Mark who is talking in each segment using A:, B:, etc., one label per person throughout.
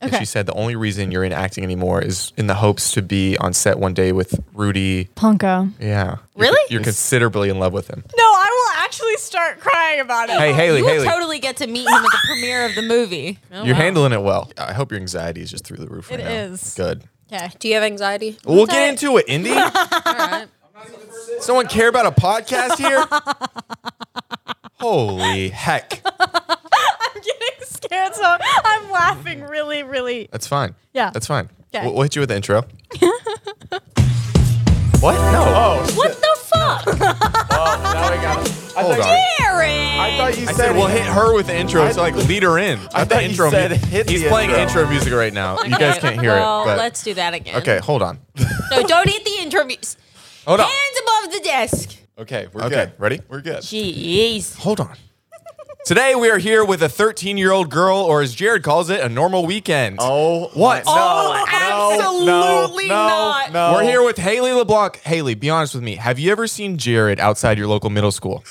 A: And
B: Okay.
A: she said the only reason you're in acting anymore is in the hopes to be on set one day with Rudy.
B: Punko.
A: Yeah.
C: Really?
A: You're, you're considerably in love with him.
B: No, I will actually start crying about it.
A: Hey, Haley,
C: You'll
A: Haley.
C: totally get to meet him at the premiere of the movie.
A: You're handling it well. I hope your anxiety is just through the roof right
B: It
A: now.
B: is.
A: Good.
B: Okay.
D: Do you have anxiety?
A: We'll get into it, Indy. Someone care about a podcast here? Holy heck.
B: I'm getting scared, so I'm laughing really, really.
A: That's fine.
B: Yeah.
A: That's fine.
B: Okay.
A: We'll, we'll hit you with the intro. what? No. Oh,
C: What the fuck?
A: hold on.
C: Eric!
E: thought you
A: I said we'll hit her with the intro, so like lead her in. I,
E: thought you said hit
A: He's
E: the
A: playing
E: intro.
A: intro music right now. You guys can't hear
C: well,
A: it. But
C: let's do that again.
A: okay, hold on.
C: No, don't eat the interviews.
A: Hold on.
C: Hands above the desk.
E: Okay, we're
A: Okay,
E: good.
A: ready?
E: We're good.
C: Jeez.
A: Hold on. Today we are here with a 13 year old girl, or as Jared calls it, a normal weekend.
E: Oh,
A: What?
E: No,
C: Oh,
E: no, no,
C: absolutely
E: no,
C: not.
E: No.
A: We're here with Haley LeBlanc. Haley, be honest with me. Have you ever seen Jared outside your local middle school?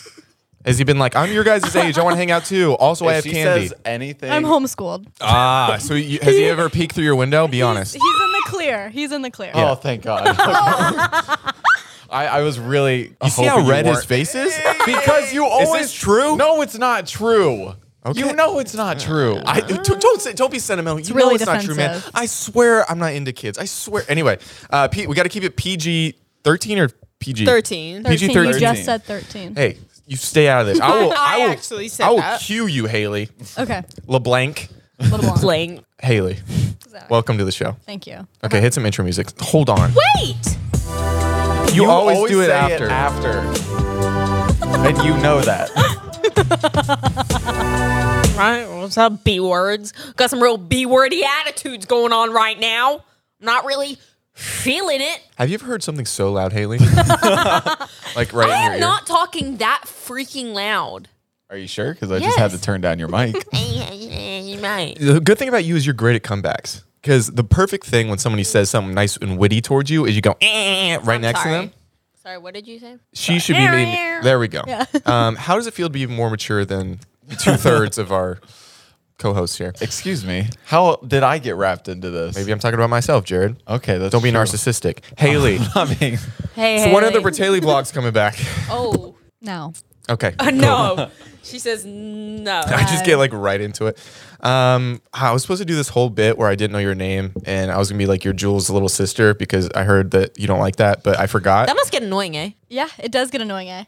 A: Has he been like, I'm your guys' age. I want to hang out too. Also, I
E: If
A: have
E: she
A: candy.
E: says anything,
B: I'm homeschooled.
A: ah, so you, has he ever peeked through your window? Be honest.
B: He's in the clear. He's in the clear.
E: Oh, thank God. I, I was really.
A: Oh, You see how red his face is?
E: Because you
A: this
E: always
A: true?
E: No, it's not true.
A: Okay.
E: You know it's not true.
A: I, don't, don't say- don't be sentimental. you know
B: really
A: it's not true, man.
B: defensive.
A: I swear I'm not into kids. I swear. Anyway, uh, P, we got to keep it PG 13 or PG
C: 13.
B: 13.
A: PG-13.
B: Oh, You just said 13.
A: Hey, you stay out of this. I will.
C: I
A: I, will,
C: actually said
A: I will
C: that.
A: cue you, Haley
B: Okay.
A: LeBlanc.
C: Playing.
A: Haley, welcome to the show.
B: Thank you.
A: Okay, hit some intro music. Hold on.
C: Uh-huh. Wait!
A: You, always, do it
E: say
A: after.
E: after. and you know that.
C: Right? What's up, B words? Got some real B wordy attitudes going on right now. Not really feeling it.
A: Have you ever heard something so loud, Haley? like right in
C: I
A: your
C: am not talking that freaking loud.
E: Are you sure? Because I just had to
C: Yes.
E: turn down your mic.
C: You might.
A: ear. The good thing about you is you're great at comebacks. Because the perfect thing when somebody says something nice and witty towards you is you go eh, right next
C: Sorry.
A: to them.
C: Sorry, what did you say?
A: She should be. Made, there we go. Um, how does it feel to be more mature than two thirds of our co-hosts here?
E: Excuse me. How did I get wrapped into this?
A: Maybe I'm talking about myself, Jared.
E: Okay, that's
A: Don't be
E: true.
A: narcissistic, Haley.
E: I mean,
C: Hey,
A: so one of the Bertaley blogs coming back.
C: Oh,
B: No.
A: Okay.
C: Uh, no. she says no.
A: I just get like right into it. Um, I was supposed to do this whole bit where I didn't know your name and I was gonna be like your Jules' little sister because I heard that you don't like that, but I forgot.
C: That must get annoying, eh?
B: Yeah, it does get annoying, eh?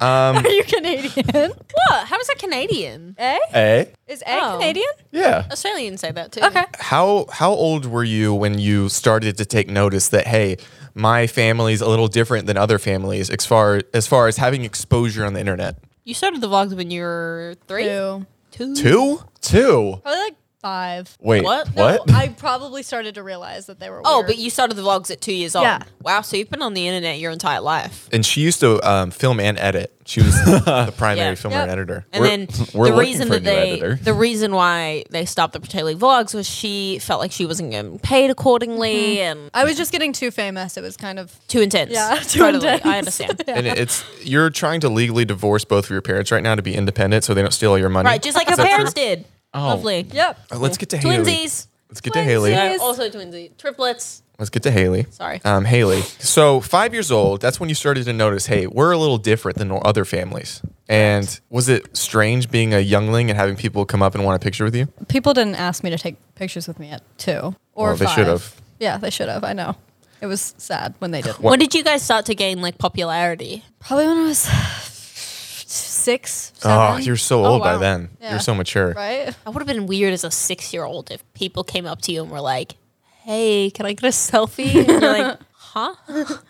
B: Are you Canadian?
C: What? How is that Canadian?
B: eh?
E: eh?
B: Is eh
C: Oh.
B: Canadian?
E: Yeah.
C: Australians say that too.
B: Okay.
A: How how old were you when you started to take notice that hey, my family's a little different than other families as far as far as having exposure on the internet?
C: You started the vlogs when you were three?
B: Two.
C: Two?
A: Two?
E: Two.
B: Probably like five.
E: Wait.
C: What?
E: What?
C: No,
B: No, I probably started to realize that they were.
C: Oh,
B: weird.
C: but you started the vlogs at two years old.
B: Yeah.
C: Wow, so you've been on the internet your entire life.
A: And she used to um, film and edit. She was the primary
C: Yeah.
A: filmer
B: Yep.
A: and editor.
C: And
E: We're-
C: then
E: we're
C: the
E: looking
C: reason
E: for a
C: that
E: new
C: they
E: editor.
C: the reason why they stopped the Patelli vlogs was she felt like she wasn't getting paid accordingly and
B: I was just getting too famous. It was kind of.
C: too intense.
B: Yeah, too
C: totally. I
B: intense.
C: understand.
A: And it's you're trying to legally divorce both of your parents right now to be independent so they don't steal all your money.
C: Right, just like her
A: Is that true?
C: parents did.
E: Oh.
C: Lovely.
B: Yep.
A: Uh, Let's get to Haley.
C: Twinsies.
A: Let's get to Haley.
C: Yeah,
B: Yes.
C: also twinsies. Triplets.
A: Let's get to Haley.
C: Sorry.
A: Um, Haley. So five years old. That's when you started to notice. Hey, we're a little different than other families. And was it strange being a youngling and having people come up and want a picture with you?
B: People didn't ask me to take pictures with me at two or
A: Well, they
B: five.
A: should have.
B: Yeah, they should have. I know. It was sad when they did.
A: What-
C: When did you guys start to gain like popularity?
B: Probably when I was six.
A: Oh,
B: seven,
A: you're so old by
C: wow.
A: then.
B: Yeah.
A: You're so mature.
B: right.
C: I would have been weird as a six year old if people came up to you and were like, Hey, can I get a selfie? And you're like, huh?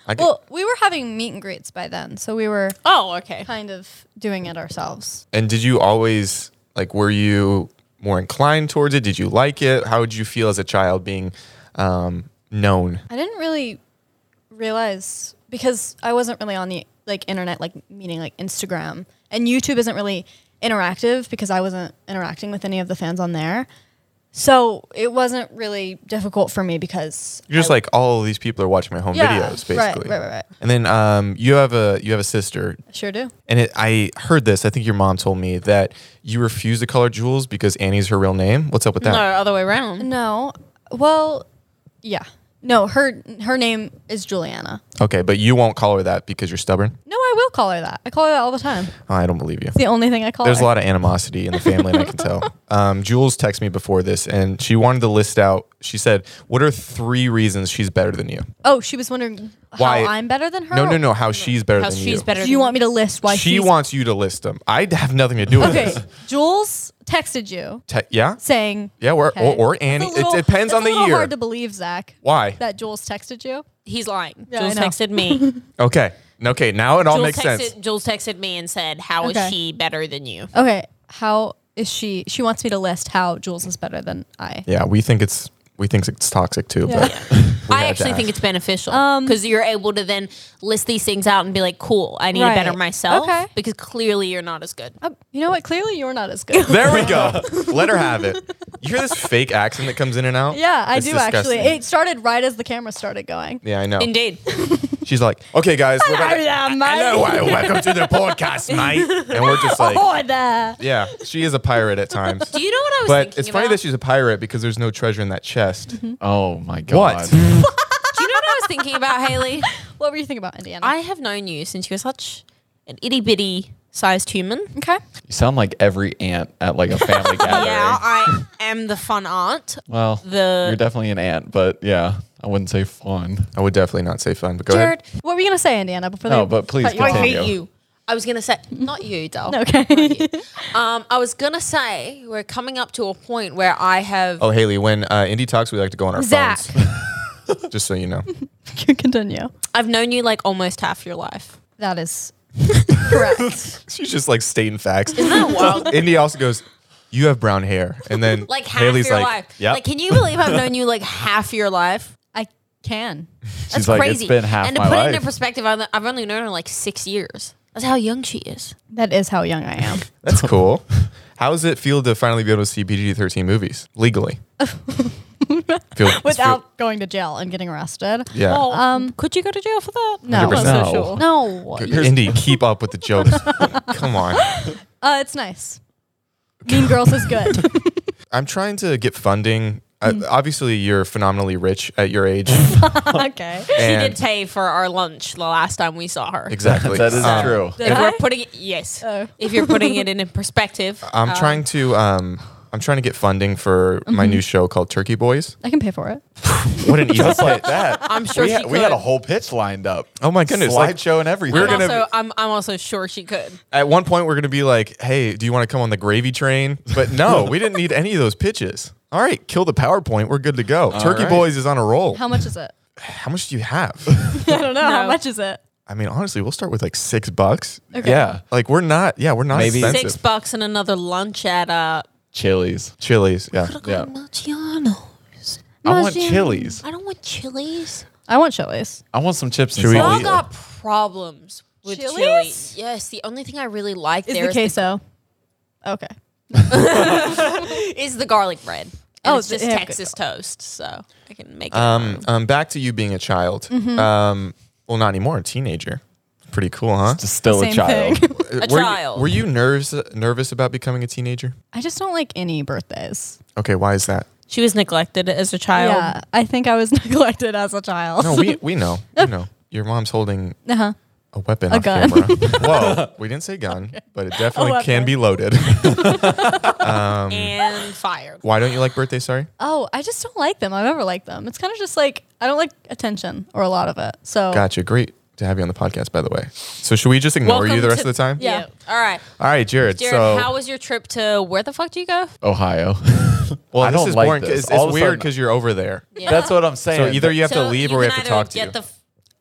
A: I get-
B: Well, we were having meet and greets by then, so we were
C: Oh, okay.
B: kind of doing it ourselves.
A: and did you always like? Were you more inclined towards it? Did you like it? How did you feel as a child being um, known?
B: I didn't really realize because I wasn't really on the like internet, like meaning like Instagram and YouTube isn't really interactive because I wasn't interacting with any of the fans on there. So it wasn't really difficult for me because
A: You're just like all these people are watching my home
B: Yeah,
A: videos, basically.
B: right, right, right, right.
A: And then um, you have a you have a sister,
B: I sure do.
A: and it, I heard this. I think your mom told me that you refuse to call her Jules because Annie's her real name. What's up with that?
C: No, other way around.
B: No, well, yeah, no. Her her name is Juliana.
A: Okay, but you won't call her that because you're stubborn.
B: No, I will call her that. I call her that all the time.
A: Oh, I don't believe you.
B: The only thing I call
A: There's
B: her.
A: a lot of animosity in the family, and I can tell. Um, Jules texted me before this, and she wanted to list out. She said, "What are three reasons she's better than you?"
B: oh, she was wondering
A: Why-
B: how I'm better than her.
A: No, no, no. How she's better
C: How
A: than
C: she's
A: you.
C: better
B: Do
C: than
B: you want me to list why
A: she
B: she's
A: wants you to list them. I have nothing to do with
B: Okay,
A: this.
B: Jules texted you
A: Te- yeah,
B: saying
A: yeah. Or,
B: Okay.
A: or, or
B: That's a
A: Annie.
B: little-
A: it depends
B: that's
A: on the
B: a little
A: year.
B: Hard to believe, Zach.
A: Why?
B: that Jules texted you?
C: He's lying.
B: Yeah, I
C: Jules
B: know.
C: texted me.
A: okay, okay. Now it all
C: Jules
A: makes
C: texted,
A: sense.
C: Jules texted me and said, "How is
B: Okay.
C: she better than you?"
B: Okay, how is she? She wants me to list how Jules is better than I.
A: Yeah, we think it's we think it's toxic too.
B: Yeah.
A: But we had
C: I
A: to
C: actually
A: ask.
C: think it's beneficial because you're able to then list these things out and be like, "Cool, I need to
B: Right.
C: better myself."
B: Okay.
C: Because clearly you're not as good.
B: Oh, you know what? Clearly, you're not as good.
A: There we go. Let her have it. You hear this fake accent that comes in and out?
B: yeah, I
A: It's
B: do
A: disgusting.
B: actually. It started right as the camera started going.
A: yeah, I know.
C: Indeed.
A: She's like, okay, guys, we're gonna-
B: yeah, mate.
A: Hello, uh, welcome to the podcast, mate. And we're just like,
B: Boy, there.
A: yeah, she is a pirate at times.
C: Do you know what I was
A: But
C: thinking
A: it's funny
C: about? Mm-hmm.
A: that she's a pirate because there's no treasure in that chest.
E: Oh my god.
A: What?
C: Do you know what I was thinking about, Haley?
B: What were you thinking about Indiana?
C: I have known you since you were such an itty bitty sized human.
B: okay.
E: You sound like every aunt at like a family gathering.
C: Yeah, I am the fun aunt.
E: Well,
C: The-
E: you're definitely an aunt, but yeah, I wouldn't say fun.
A: I would definitely not say fun, but go
B: Jared, what were you gonna say, Indiana? Before
E: No,
B: they
E: but please
B: cut you
C: I
B: off?
E: continue.
C: hate you. I was gonna say not you, Del.
B: Okay.
C: Um, I was gonna say we're coming up to a point where I have
A: Oh, Haley, when uh, Indy talks, we like to go on our
B: Zach.
A: phones. Just so you know.
B: continue.
C: I've known you like almost half your life.
B: That is correct.
A: She's just like stating facts.
C: Isn't that wild?
A: Indy also goes, you have brown hair. And then
C: Like half
A: Haley's
C: your
A: like,
C: life.
A: "Yep."
C: Like, can you believe I've known you like half your life?
B: I can.
E: She's
C: That's
E: like,
C: crazy.
E: it's been half
C: and to
E: my
C: put
E: life.
C: it into perspective, I've I've only known her like six years. That's how young she is.
B: That is how young I am.
A: That's cool. How does it feel to finally be able to see PG thirteen movies legally? Feel-
B: Without
A: feel-
B: going to jail and getting arrested.
A: yeah.
C: um, could you go to jail for that?
B: No.
A: 100%.
E: No.
C: sure.
B: No.
A: Indy, keep up with the jokes. Come on.
B: Uh, it's nice. Mean Girls is good.
A: I'm trying to get funding. Uh, obviously, you're phenomenally rich at your age.
B: okay.
C: She
A: and
C: did pay for our lunch the last time we saw her.
A: exactly.
E: That is
A: Um,
E: true.
B: Did
C: if
B: I?
C: we're putting it, yes,
B: Oh.
C: if you're putting it in a perspective, uh,
A: I'm trying to. Um, I'm trying to get funding for my new show called Turkey Boys.
B: I can pay for it.
A: What an easy
E: like that.
C: I'm sure
E: we,
C: she
E: had, we had a
C: could.
E: whole pitch lined up.
A: Oh my goodness, like-
E: Slideshow and everything.
A: We're
C: I'm
A: gonna-
C: also, I'm, I'm also sure she could.
A: At one point, we're going to be like, "Hey, do you want to come on the gravy train?" But no, we didn't need any of those pitches. All right, kill the PowerPoint. We're good to go. Turkey
E: right.
A: Boys is on a roll.
B: How much is it?
A: How much do you have?
B: I don't know. How
C: No.
B: much is it?
A: I mean, honestly, we'll start with like six bucks.
E: Yeah.
A: Like we're not, yeah, we're not
E: Maybe-
A: expensive.
C: Six bucks and another lunch at uh,
E: Chilies.
A: Chili's, yeah.
E: Yeah.
C: Luciano's.
E: I want chilies.
C: I don't want chilies.
B: I want chilies.
E: I want some chips and
A: Should we-
E: salsa.
C: Y'all
A: Chili-
C: got problems with
B: Chilies?
C: chili. Yes, the only thing I really like
B: Is
C: there
B: the
C: is the,
B: queso? Okay.
C: is the garlic bread. And
B: Oh,
C: it's
B: they
C: just
B: have good
C: Texas toast, so I Mm-hmm. can make it.
A: Um, um, back to you being a child. Um, well, not anymore, a teenager. Pretty cool, huh?
E: Just still a
B: Same
E: child.
B: thing.
A: a were
C: child.
A: You, were you nervous nervous about becoming a teenager?
B: I just don't like any birthdays.
A: Okay, why is that?
C: she was neglected as a child.
B: Yeah. I think I was neglected as a child.
A: No, we we know, we know. Your mom's holding
B: uh-huh.
A: a weapon on
B: gun.
A: camera. Whoa, we didn't say gun, but it definitely can
B: weapon.
A: be loaded. Um,
C: And fired.
A: why don't you like birthday? Sorry.
B: Oh, I just don't like them. I've never liked them. It's kind of just like I don't like attention or a lot of it. So
A: Gotcha. Great to have you on the podcast, by the way. So should we just ignore you the rest of the time?
B: Yeah.
C: Yeah. All right.
A: All right, Jared.
C: Jared,
A: so
C: how was your trip to where the fuck do you go?
E: Ohio.
A: well,
E: I
A: this
E: don't
A: is
E: like
A: boring. 'cause
E: this.
A: It's,
E: All of a
A: weird
E: sudden-
A: because you're over there.
E: That's what I'm saying.
A: So either you have to
C: So
A: leave
C: you
A: or we
C: can
A: have to
C: either
A: talk to
C: get
A: you.
C: the f-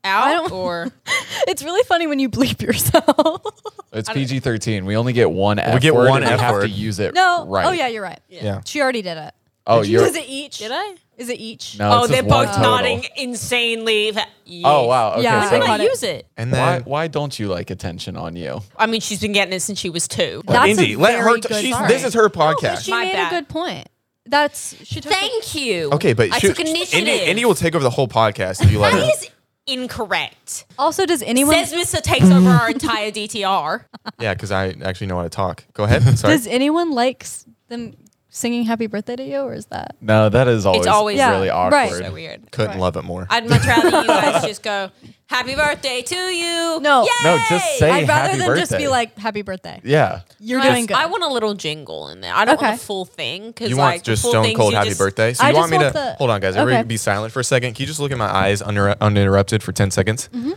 C: out
B: don't-
C: or
B: it's really funny when you bleep yourself.
E: it's PG 13. We only get one F
A: get
E: word
A: one
E: and
A: F
E: we have to
A: word.
E: use it
B: no.
E: right.
B: Oh yeah, you're right.
A: yeah.
B: She already did it.
E: Oh, you're.
B: Is it each?
C: did I?
B: Is it each?
E: No, it's
C: oh, they're
E: just one
C: both
E: total.
C: nodding insanely. fa- Yes.
E: Oh, wow. Okay.
B: Yeah,
C: Why didn't
E: so
B: Got
C: I
B: it.
C: use it?
A: And
E: why,
A: then
E: why don't you like attention on you?
C: I mean, she's been getting it since she was two.
B: That's a
A: Indy, let her.
B: very
A: T-
B: good
A: she's,
B: point.
A: this is her podcast.
B: She
C: My
B: made
C: bad.
B: a good point. That's she took.
C: Thank you.
A: Okay, but
C: I
A: shoot,
C: took initiative.
A: Indy, Indy will take over the whole podcast if you let
C: that
A: her.
C: is incorrect.
B: the- also, does anyone
C: Says Mr. takes over our entire DTR.
A: Yeah, because I actually know how to talk. Go ahead. Sorry.
B: does anyone like s- them singing "Happy Birthday" to you, or is that
E: No, that is always,
C: always- Yeah,
E: really awkward.
B: right.
C: So weird.
A: Couldn't love it more.
C: I'd much rather you guys just go, "Happy birthday to you."
B: No.
E: No, just
C: Yay!"
E: say
B: I'd rather
E: happy
B: than just be
E: birthday.
B: like "Happy Birthday."
E: Yeah.
B: You're
C: I-
B: doing good.
C: I want a little jingle in there. I don't want
B: Okay.
C: the full thing because
A: You
C: like
A: want just
C: the full
A: stone
C: things
A: cold
C: you
A: happy
C: just-
A: birthday? So
B: I
A: you want
B: just
A: me to
B: want the-
A: hold on, guys? Everybody,
B: Okay.
A: be silent for a second. Can you just look in my eyes under, uninterrupted for ten seconds?
B: Mm-hmm.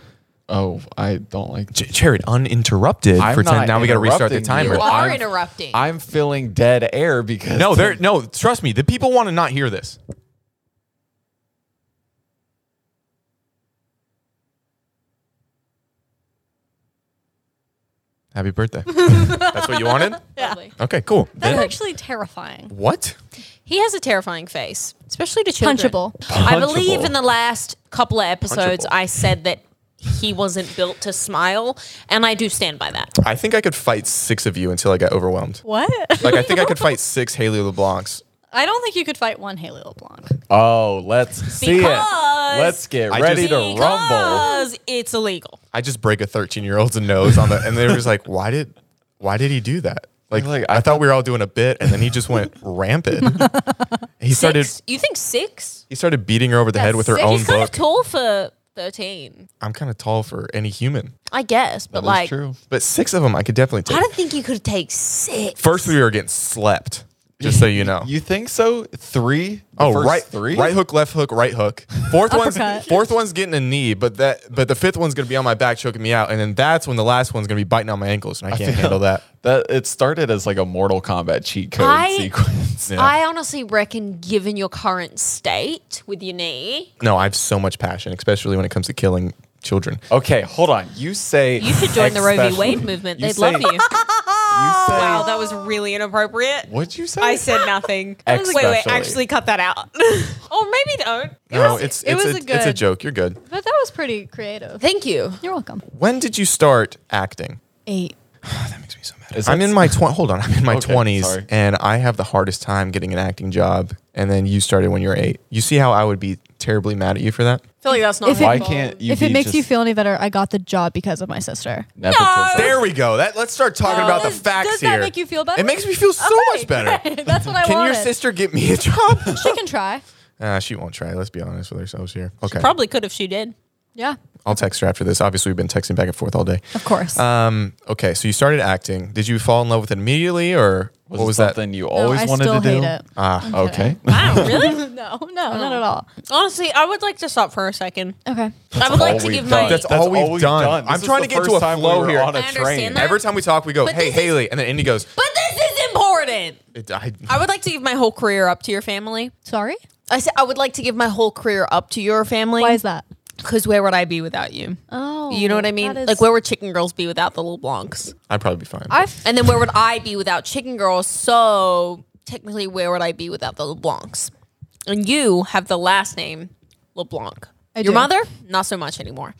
E: Oh, I don't like.
A: J- Jared, uninterrupted
E: I'm
A: for ten.
E: not
A: Now we got to restart the
E: interrupting you.
A: timer.
C: You are
E: I'm-
C: interrupting.
E: I'm feeling dead air because
A: No, there. No, trust me. The people want to not hear this. Happy birthday. That's what you wanted.
B: Lovely.
A: Okay, cool.
B: That's
A: Then-
B: actually terrifying.
A: what?
C: He has a terrifying face, especially to children.
B: Punchable.
C: I believe in the last couple of episodes,
A: Punchable.
C: I said that he wasn't built to smile, and I do stand by that.
A: I think I could fight six of you until I got overwhelmed.
B: What?
A: Like I think I could fight six Haley LeBlancs.
B: I don't think you could fight one Haley LeBlanc.
E: Oh, let's see it.
C: Because-
E: Let's get
A: I
E: ready
A: just-
E: to rumble.
C: Because it's illegal.
A: I just break a thirteen-year-old's nose on the, and they were just like, "Why did, why did he do that?" Like,
E: Like,
A: I, thought we were all doing a bit, and then he just went rampant. He started,
C: Six? You think six?
A: he started beating her over the
B: Yeah,
A: head with her
B: six.
A: own
B: He's
C: Kind of
A: book.
C: tall for thirteen,
A: I'm kind of tall for any human,
C: I guess, but
E: That's
C: like,
E: true.
A: but six of them I could definitely
C: I
A: take.
C: don't think you could take six.
A: First, we were getting slept. Just so you know.
E: You think so? Three? The
A: Oh,
E: first
A: right,
E: Three?
A: right hook, left hook, right hook. Fourth one's
B: Uppercut.
A: fourth one's getting a knee, but that but the fifth one's gonna be on my back choking me out, and then that's when the last one's gonna be biting on my ankles, and I can't handle that.
E: That it started as like a Mortal Kombat cheat code
C: I-
E: sequence.
C: I honestly reckon, given your current state with your knee,
A: No, I have so much passion, especially when it comes to killing children.
E: Okay, hold on. You say
C: you should join the Roe v.
E: especially-
C: Wade movement.
E: You
C: They'd
E: say-
C: love you.
E: You say,
C: Wow, that was really inappropriate.
E: What'd you say?
C: I said nothing.
E: Ex-
C: wait, wait,
E: Especially.
C: actually cut that out. or maybe don't.
A: no, it's
B: it
A: it's
B: was
A: a,
B: a
A: it's a
B: good-
A: joke. You're good.
B: But that was pretty creative.
C: Thank you.
B: You're welcome.
A: When did you start acting?
B: Eight.
A: That makes me so mad.
E: Is
A: I'm
E: that-
A: in my twenty. Hold on, I'm in my
E: Okay,
A: twenties,
E: sorry.
A: and I have the hardest time getting an acting job. And then you started when you were eight. You see how I would be terribly mad at you for that?
C: I feel like that's not
B: If
E: Why
B: it-
E: can't you
B: if it
E: be
B: makes you
E: just
B: feel any better, I got the job because of my sister.
E: nepotism?
A: There we go. That let's start talking about
B: Does-
A: the facts
B: does that
A: here.
B: make you feel better?
A: It makes me feel so much better.
B: That's what I
A: Can your
B: wanted.
A: sister get me a job?
B: She can try.
A: uh, she won't try. Let's be honest with ourselves here. Okay.
C: Probably could if she did.
B: Yeah,
A: I'll text her after this. Obviously, we've been texting back and forth all day.
B: of course.
A: Um, okay, so you started acting. Did you fall in love with it immediately, or
E: Was
A: what
E: it
A: was that?
E: something you
B: No,
E: always
B: I
E: wanted
B: still
E: to do?
B: hate it.
A: Ah,
E: Okay.
C: Wow, really? Oh.
B: no, no, not at all.
C: Honestly, I would like to stop for a second.
B: Okay.
C: I would like
E: all
C: to
E: we've
C: give
E: done.
C: my.
A: That's all we've done.
E: This
A: I'm
E: is
A: trying
E: the
A: to get to
E: first
A: a
E: time
A: flow
E: we were
A: here.
E: on a
A: I
C: understand
E: train.
C: that.
A: Every time we talk, we go,
C: But
A: "Hey,
C: this is-
A: Haley," and then Indy goes,
C: but this is important.
A: it, I,
C: I would like to give my whole career up to your family.
B: Sorry.
C: I said I would like to give my whole career up to your family.
B: Why is that?
C: Because where would I be without you?
B: Oh,
C: you know what I mean?
B: that is-
C: Like where would Chicken Girls be without the little Blancs?
A: "I'd probably be fine."
B: I f-
C: And then where would I be without Chicken Girls? So technically, where would I be without the LeBlancs? And you have the last name LeBlanc.
B: I
C: Your
B: do.
C: mother? Not so much anymore.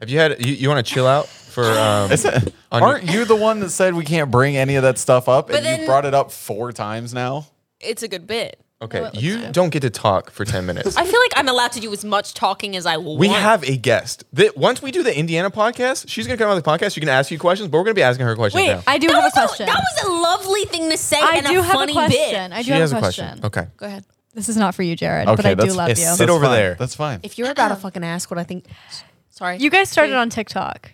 A: Have you had? You, you want to chill out for? Um,
E: Is it-
A: On your-
E: aren't you the one that said we can't bring any of that stuff up, and
C: then-
E: you brought it up four times now?
C: It's a good bit.
A: okay, you don't get to talk for ten minutes.
C: I feel like I'm allowed to do as much talking as I want.
A: We have a guest. That once we do the Indiana podcast, she's gonna come on the podcast. She can ask you questions, but we're gonna be asking her questions
B: wait,
A: now.
B: I do
C: That
B: have a
C: was,
B: question.
C: a, that was a lovely thing to say
B: I
C: and
B: do
C: a
B: have
C: funny
B: a question.
C: bit.
B: I do
A: she
B: have
A: has a question. Okay.
C: Go ahead.
B: This is not for you, Jared, but
E: Okay,
B: I do
E: that's-
B: love
A: it's
B: you.
A: sit
E: That's
A: over
E: fine.
A: there.
E: That's fine.
C: If you're about to fucking ask what I think, sorry.
B: You guys started on TikTok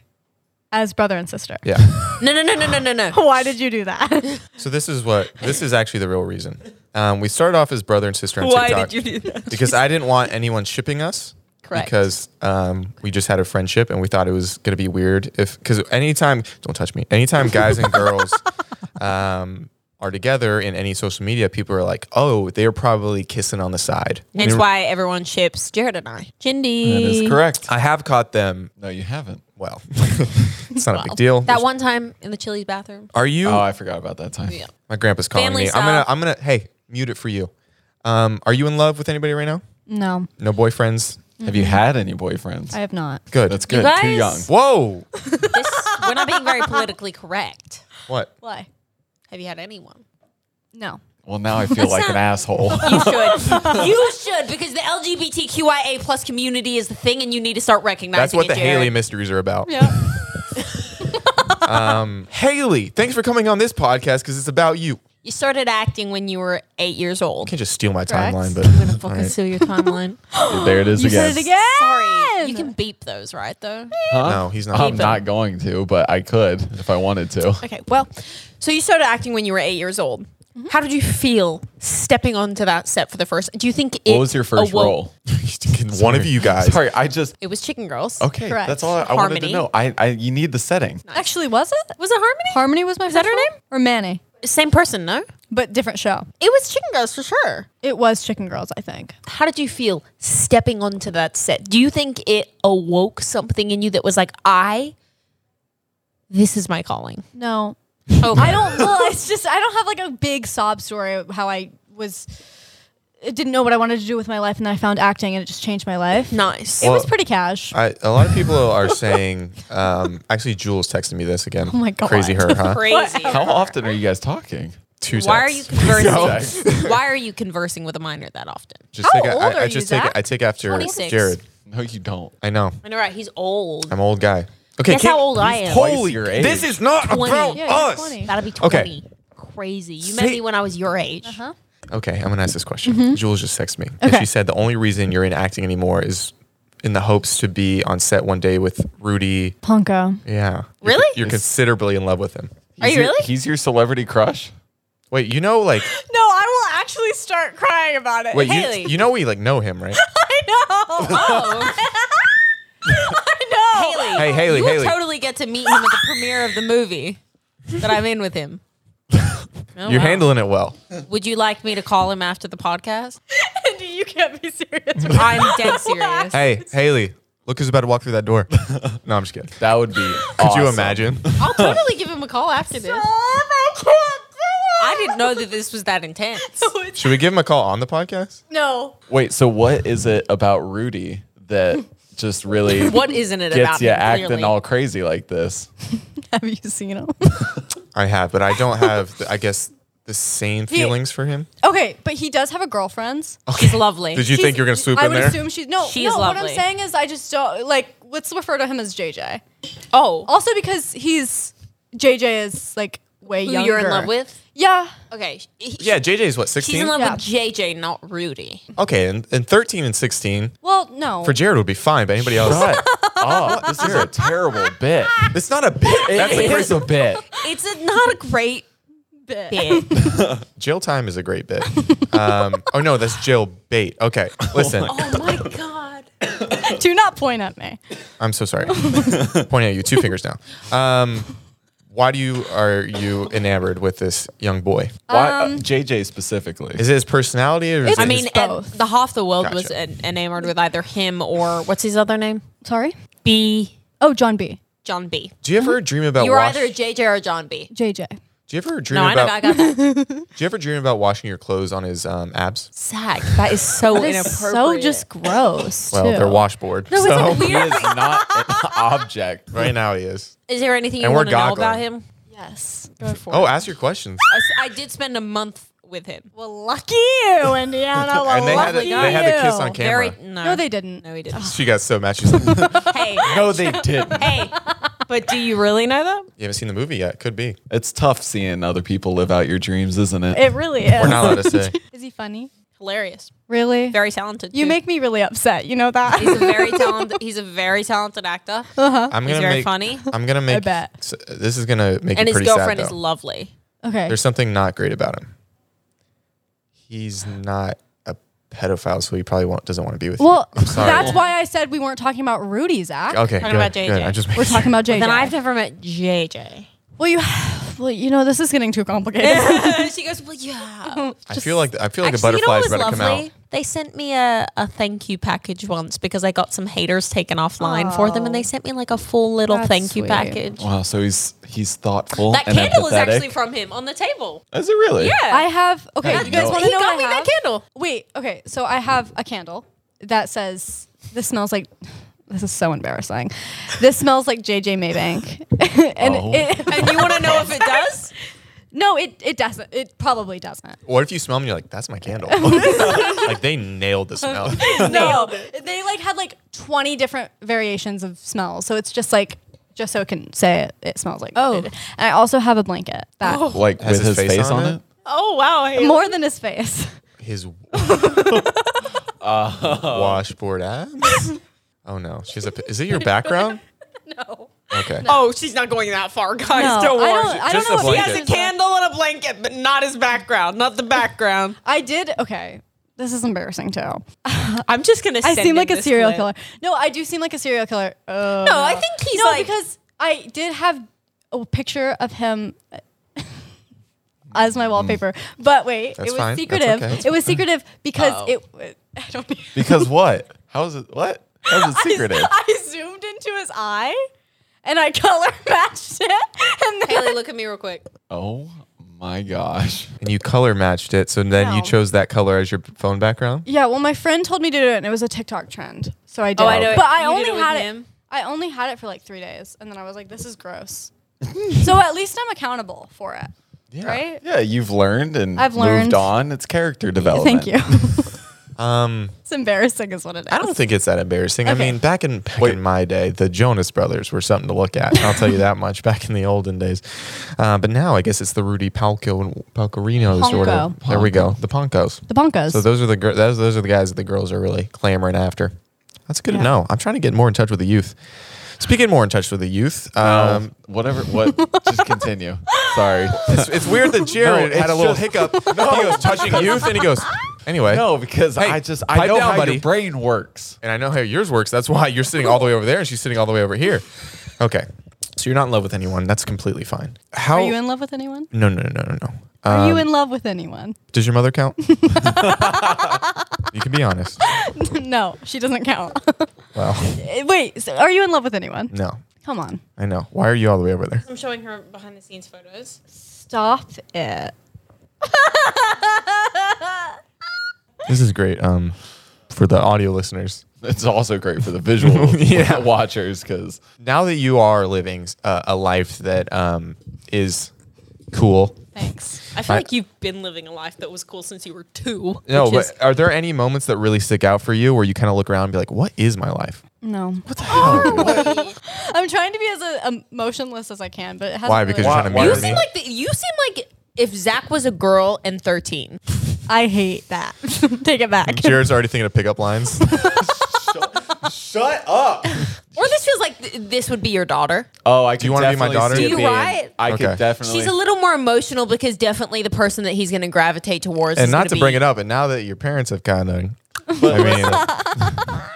B: as brother and sister.
A: Yeah.
C: no, no, no, no, no, no, no.
B: Why did you do that?
A: So this is what this is actually the real reason. Um, we started off as brother and sister on
C: Why
A: TikTok
C: did you do that?
A: because I didn't want anyone shipping us.
C: Correct.
A: Because um, we just had a friendship and we thought it was going to be weird if because anytime don't touch me anytime guys and girls um, are together in any social media people are like oh they're probably kissing on the side.
C: It's
A: We-
C: why everyone ships Jared and I. Jindy.
E: That is correct.
A: I have caught them.
E: No, you haven't.
A: Well, it's not a big deal. Uh,
C: That one time in the Chili's bathroom.
A: Are you?
E: Oh, I forgot about that time.
C: Yeah.
A: my grandpa's calling
C: Family
A: me. I'm gonna.
C: style.
A: I'm gonna. Hey, mute it for you. Um, are you in love with anybody right now?
B: no,
A: No boyfriends.
E: Have you had any boyfriends?
B: I have not.
A: Good.
E: That's good. Too
C: guys-
E: young.
A: Whoa.
C: This, we're not being very politically correct.
A: What?
B: Why?
C: Have you had anyone?
B: No.
E: Well, now I feel like an asshole.
C: You should. you should because the LGBTQIA plus community is the thing, and you need to start recognizing.
A: That's what the
C: it, Jared.
A: Haley mysteries are about.
B: Yeah.
A: Haley, thanks for coming on this podcast because it's about you. You
C: You started acting when you were eight years old.
A: can't just steal my
B: Correct.
A: timeline, but
C: I'm gonna
A: all
C: fucking
A: right.
C: steal your timeline.
E: there it is
B: You
E: again.
B: said it again.
C: Sorry, you can beep those, right? Though.
E: Huh?
A: No, he's not.
E: I'm
A: Keep
E: not going to, but I could if I wanted to.
C: Okay. Well, so you started acting when you were eight years old. How did you feel stepping onto that set for the first? Do you think it
E: What was your first
C: awoke-
E: role?
A: One of you guys.
E: Sorry, I just
C: It was Chicken Girls.
E: okay.
B: Correct.
E: That's all I, I wanted to
C: Harmony.
E: know. I, I you need the setting.
B: Actually, was it?
C: Was it Harmony?
B: Harmony was my
C: that
B: first
C: her
B: one?
C: name?
B: Or Manny,
C: Same person, no?
B: but different show.
C: It was Chicken Girls for sure.
B: It was Chicken Girls, I think.
C: How did you feel stepping onto that set? Do you think it awoke something in you that was like, I, this is my calling?
B: No,
C: Oh,
B: I don't. Well, it's just I don't have like a big sob story of how I was. I didn't know what I wanted to do with my life, and then I found acting, and it just changed my life.
C: Nice.
B: It
A: Well-
B: was pretty cash.
A: I, a lot of people are saying. Um, actually, Jules texted me this again. Oh
B: my God.
A: Crazy her, huh?
C: Crazy.
E: How often are you guys talking?
A: Two
C: Why are you
A: texts.
C: conversing? Why are you conversing with a minor that often?
A: Just
B: How
A: take
B: old
A: I,
B: are
A: I
B: you,
A: just
B: Zach?
A: take. I take after
C: 26.
A: Jared.
E: No, you don't.
A: I know.
C: I know, right? He's old.
A: I'm an old guy. Okay.
C: Guess
A: keep-
C: how old I am.
A: Holy,
E: Twice your age.
A: this is not
C: 20.
A: about
C: Yeah,
B: you're
A: us.
B: 20.
C: That'll be 20.
A: Okay.
C: Crazy. You
A: Say-
C: met me when I was your age.
A: Okay, I'm gonna ask this question. Jules just texted me, and
B: Okay.
A: she said the only reason you're in acting anymore is in the hopes to be on set one day with Rudy.
B: Ponko.
A: Yeah.
C: Really?
A: You're, you're considerably in love with him.
C: Are you
E: He's your-
C: really?
E: He's your celebrity crush.
A: Wait, you know, like,
C: No, I will actually start crying about it.
A: wait, you, you know, we like know him, right?
C: Haley.
A: Hey, Haley,
C: You
A: Haley.
C: will totally get to meet him at the premiere of the movie that I'm in with him. Oh,
A: You're
C: wow.
A: handling it well.
C: Would you like me to call him after the podcast?
B: you can't be serious.
C: I'm dead serious.
A: Hey, Haley, look who's about to walk through that door. no, I'm just kidding.
E: That would be.
A: Could you imagine?
C: I'll totally give him a call after this.
B: I
C: I didn't know that this was that intense.
B: can't.
A: Should we give him a call on the podcast?
B: No.
E: Wait. So what is it about Rudy that just really
C: What isn't it
E: gets
C: about
E: you
C: him,
E: acting
C: clearly?
E: all crazy like this?
B: Have you seen him?
A: I have, but I don't have, the, I guess, the same feelings for him.
B: okay, but he does have a girlfriend.
C: She's lovely.
A: Did you think
B: She's-
A: you're gonna swoop
B: I
A: in
B: would
A: there?
B: assume she's no.
C: She
B: no,
C: is
B: what I'm
C: lovely.
B: saying is, I just don't like. Let's refer to him as JJ.
C: oh,
B: Also, because he's JJ is like way
C: who
B: younger.
C: you're in love with?
B: Yeah.
C: Okay. sh- he-
A: Yeah, JJ's what,
C: She's
A: 16?
C: in love
B: Yeah.
C: with JJ, not Rudy.
A: Okay, and, and 13 and 16
B: Well, no.
A: for Jared would be fine, but anybody else?
E: Shut up. This is a terrible bit.
A: It's not a bit. That's a
E: it
A: great
E: is a bit.
C: It's a, not a great
B: bit.
C: bit.
A: Jail time is a great bit. Um, oh no, that's jail bait. Okay, listen,
C: oh my god.
B: Do not point at me.
A: I'm so sorry. Pointing at you, two fingers now. Um, why do you are you enamored with this young boy?
E: Why, uh, JJ specifically.
A: Is it his personality or is
B: It's-
A: it
C: I mean,
A: his-
C: and
B: both.
C: the half the world
A: Gotcha.
C: was en- enamored with either him or what's his other name?
B: Sorry.
C: B.
B: Oh, John B.
C: John B.
A: do you ever dream about
C: You were
A: wash-
C: either JJ or John B.
B: JJ.
A: do you ever dream
C: No, I know.
A: about
C: I got that.
A: do you ever dream about washing your clothes on his um, abs?
C: Zach, that is so
B: That
C: inappropriate.
B: is so just gross.
A: Well,
B: too.
A: they're washboard.
B: No, it's
A: so
B: like
E: he
B: weird.
E: is not an object.
A: right now he is.
C: Is there anything you
A: And we're
C: want to know
A: goggling.
C: about him?
B: Yes. Go for
A: Oh, ask your questions.
C: I, s- I did spend a month with him.
B: Well, lucky you, Indiana. Well,
A: And they had a,
B: lucky
A: they had a kiss on
B: you.
A: camera.
C: Oh, Very no.
B: No, they didn't.
C: No, he didn't.
A: She got so mad. She's like, "You
C: hey,
E: No, they didn't.
C: hey. But do you really know that?
A: haven't seen the movie yet. Could be.
E: It's tough seeing other people live out your dreams, isn't it?
B: It really is.
A: We're not allowed to say.
B: Is he funny?
C: Hilarious.
B: Really?
C: Very talented.
B: you
C: too.
B: make me really upset. You know
C: He's a
B: that.
C: very talented. He's a very talented actor.
A: I'm
C: He's
A: gonna
C: very
A: make,
C: funny.
A: I'm gonna make.
B: bet.
A: s- this is gonna make
C: And
A: you
C: his
A: pretty sad.
C: girlfriend is
A: though.
C: lovely.
B: okay.
A: There's something not great about him. He's not a pedophile, so he probably won't, doesn't want to be with
B: Well,
A: you. I'm sorry.
B: that's why I said we weren't talking about Rudy, Zach.
A: okay, good,
C: Talking about
A: good.
C: JJ.
A: I just
B: We're talking about JJ.
C: Then I've never met JJ.
B: well, you, well, you know, this is getting too complicated.
C: she goes, well, yeah.
A: I feel like I feel like a
C: Actually,
A: butterfly is
C: you know
A: about
C: what
A: to come
C: was
A: out.
C: lovely? They sent me a, a thank you package once because I got some haters taken offline for them, and they sent me like a full little
B: That's
C: thank you
B: sweet.
C: package.
E: Wow, so he's he's thoughtful.
C: That
E: and
C: candle is
E: empathetic.
C: actually from him on the table.
E: Is it really?
C: Yeah.
B: I have. Okay,
E: Hey,
B: you guys
E: no.
B: want to
C: he
B: Oh. know
C: got
B: what
C: me
B: I have?
C: that candle.
B: Wait. Okay. So I have a candle that says this smells like. This is so embarrassing. This smells like JJ Maybank, and
E: Oh.
B: it,
C: And you want to know if it does?
B: No, it, it doesn't. It probably doesn't.
A: What if you smell them and you're like, that's my candle? like they nailed the smell.
B: no, they like had like twenty different variations of smells. So it's just like just so it can say it, it smells like.
C: Oh.
B: and I also have a blanket that
E: Like
A: Has
E: with his, face, on, it?
C: Oh wow!
B: more than his face.
A: His washboard abs. Oh no, she's a. pi- Is it your background?
C: No.
A: Okay.
C: Oh, she's not going that far, guys.
B: No,
C: don't worry.
B: I don't, I
A: Just
B: don't know
A: a
B: what
C: he has
A: blanket.
C: a candle and a blanket, but not his background. Not the background.
B: I did. Okay. This is embarrassing too.
C: I'm just gonna.
B: I
C: send
B: seem
C: him
B: like a
C: this
B: serial
C: clip.
B: killer. No, I do seem like a serial killer. Uh,
C: No, I think he's
B: no,
C: like-
B: because I did have a picture of him uh, as my wallpaper.
C: Mm.
B: But wait,
A: That's
B: it was
A: fine. That's
B: secretive.
A: okay. That's
B: It was secretive because
C: Oh.
B: it. I don't. know.
E: Because what? How is it? What? How is it secretive?
B: I zoomed into his eye, and I color matched it, and then
C: Haley, look at me real quick.
E: oh my gosh.
A: And you color matched it, so then you
B: No.
A: chose that color as your phone background.
B: Yeah, well, my friend told me to do it, and it was a TikTok trend, so I did.
C: Oh, I know it.
B: But I
C: You did
B: only
C: it with
B: had
C: him?
B: it. I only had it for like three days, and then I was like, "This is gross." so at least I'm accountable for it,
A: Yeah.
B: right?
E: Yeah, you've learned and
B: I've learned.
E: moved on. It's character development.
B: Thank you.
A: Oh, Um,
B: it's embarrassing, is what it is.
A: I don't think it's that embarrassing. I
B: Okay.
A: mean, back in back
E: Wait.
A: in my day, the Jonas Brothers were something to look at. I'll tell you that much. Back in the olden days, uh, but now I guess it's the Rudy Palco and Palcarinos or whatever.
B: Ponko.
A: There we go, the Poncos.
B: the Boncos.
A: So those are the gir- those those are the guys that the girls are really clamoring after. That's good to
B: Yeah.
A: know. I'm trying to get more in touch with the youth. Speaking of more in touch with the youth, um,
E: Um, whatever. What? just continue. Sorry.
A: it's, it's weird that Jared
E: No,
A: had a
E: it's
A: little
E: just-
A: hiccup. he goes touching youth, and he goes. Anyway,
E: No, because
A: Hey,
E: I just I
A: pipe
E: know
A: down,
E: how
A: buddy.
E: your brain works.
A: and I know how yours works. That's why you're sitting all the way over there, and she's sitting all the way over here. Okay, so you're not in love with anyone. That's completely fine. How?
B: are you in love with anyone?
A: no, no, no, no, no.
B: Are
A: Um,
B: you in love with anyone?
A: does your mother count? you can be honest.
B: no, she doesn't count.
A: Well,
B: Wait, so are you in love with anyone?
A: no,
B: Come on,
A: I know. Why are you all the way over there?
C: I'm showing her behind the scenes photos.
B: stop it.
A: This is great. Um, for the audio listeners.
E: It's also great for the visual
A: Yeah.
E: watchers because
A: now that you are living uh, a life that um, is cool
B: Thanks.
C: I feel
A: I-
C: like you've been living a life that was cool since you were two.
A: no
C: which
A: but
C: is-
A: are there any moments that really stick out for you where you kind of look around and be like what is my life
B: No,
A: what the hell
B: I'm trying to be as uh, emotionless as I can, but it hasn't
A: Why?
B: really
A: Because
E: Why-
A: you're trying to
E: why-
A: marry
C: Uh, you
E: Pardon
C: seem
A: me
C: like the, you seem like if Zach was a girl and 13.
B: I hate that. Take it back.
A: jared's already thinking of pickup lines
E: shut up.
C: Or this feels like th- this would be your daughter.
E: Oh, I
A: you
E: want
A: wanna
E: to
A: be my daughter? Do
C: you riot?
E: I
A: Okay.
E: could definitely.
C: She's a little more emotional because definitely the person that he's going to gravitate towards.
A: and not to bring it up and now that your parents have kind of i mean uh,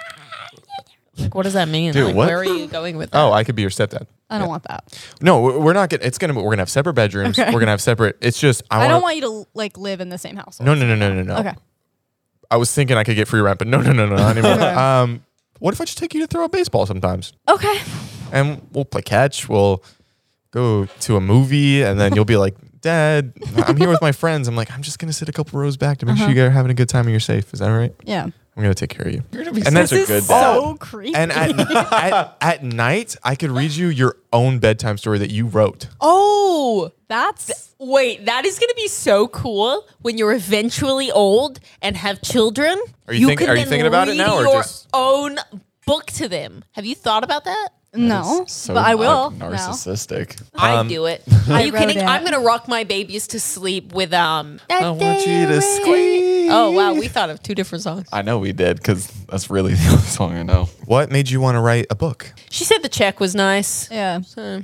C: What does that mean?
E: Dude,
C: Like,
E: what?
C: Where are you going with that?
A: oh i could be your stepdad
B: I don't want that.
A: no we're we're not gonna it's gonna we're gonna have separate bedrooms
B: Okay.
A: we're gonna have separate it's just i,
B: I
A: wanna-
B: don't want you to like live in the same household.
A: no no no no no no
B: Okay.
A: i was thinking i could get free rent but no no no no not anymore um what if i just take you to throw a baseball sometimes
B: Okay.
A: and we'll play catch. We'll go to a movie, and then you'll be like, "Dad, I'm here with my friends." I'm like, "I'm just gonna sit a couple rows back to make
B: Uh-huh.
A: sure you guys are having a good time and you're safe." Is that all right?
B: Yeah.
A: I'm gonna take care of you.
E: You're gonna be
A: And
E: such
A: that's
E: a
B: this
E: good
B: is
E: dad.
B: so creepy.
A: And at, at at night, I could read you your own bedtime story that you wrote.
C: Oh,
B: that's
C: wait, that is going to be so cool when you're eventually old and have children.
A: Are you think-
C: can
A: are you
C: then
A: thinking about it
C: read
A: now or
C: your
A: just-
C: own book to them? Have you thought about that?
B: no,
E: It's so,
B: but I
E: like,
B: will. now.
E: narcissistic.
C: I
A: Um,
C: do it. Are you
B: wrote
C: kidding?
B: it.
C: I'm gonna rock my babies to sleep with um.
E: I want you to squeeze.
C: Oh wow, we thought of two different songs.
E: I know we did because that's really the only song I know.
A: What made you want to write a book?
C: She said the check was nice.
B: Yeah.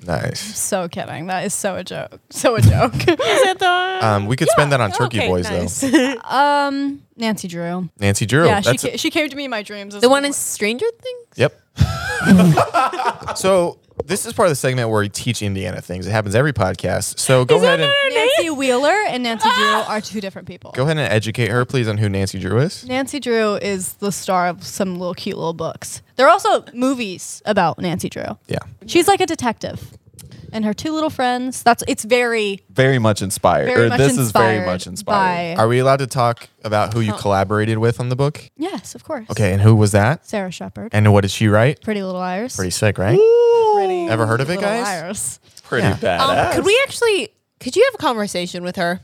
A: Nice.
B: So kidding. That is so a joke. So a joke.
A: Um, we could spend that on Turkey
C: Okay,
A: Boys
C: nice.
A: though.
B: um, Nancy Drew.
A: Nancy Drew.
B: Yeah, she,
A: that's
B: ca- she came to me in my dreams. as
C: the one
B: a-
C: in Stranger Things.
A: Yep. so this is part of the segment where we teach Indiana things. It happens every podcast. So go ahead and
B: Nancy Wheeler and Nancy Drew are two different people.
A: go ahead and educate her, please, on who Nancy Drew is.
B: Nancy Drew is the star of some little cute little books. There are also movies about Nancy Drew.
A: Yeah.
B: She's like a detective, and her two little friends. That's it's very
E: Very much inspired.
A: Er,
B: very
E: or
B: much
E: this is
B: inspired
E: very much inspired.
B: by
A: Are we allowed to talk about who you collaborated with on the book?
B: yes, of course.
A: Okay, and who was that?
B: Sarah Shepard,
A: And what did she write?
B: Pretty Little Liars.
A: Pretty sick, right?
B: Pretty
A: Ever heard of it,
B: Little
A: guys?
B: Liars.
E: Pretty
A: Yeah.
E: badass.
C: Um, Could we actually Could you have a conversation with her?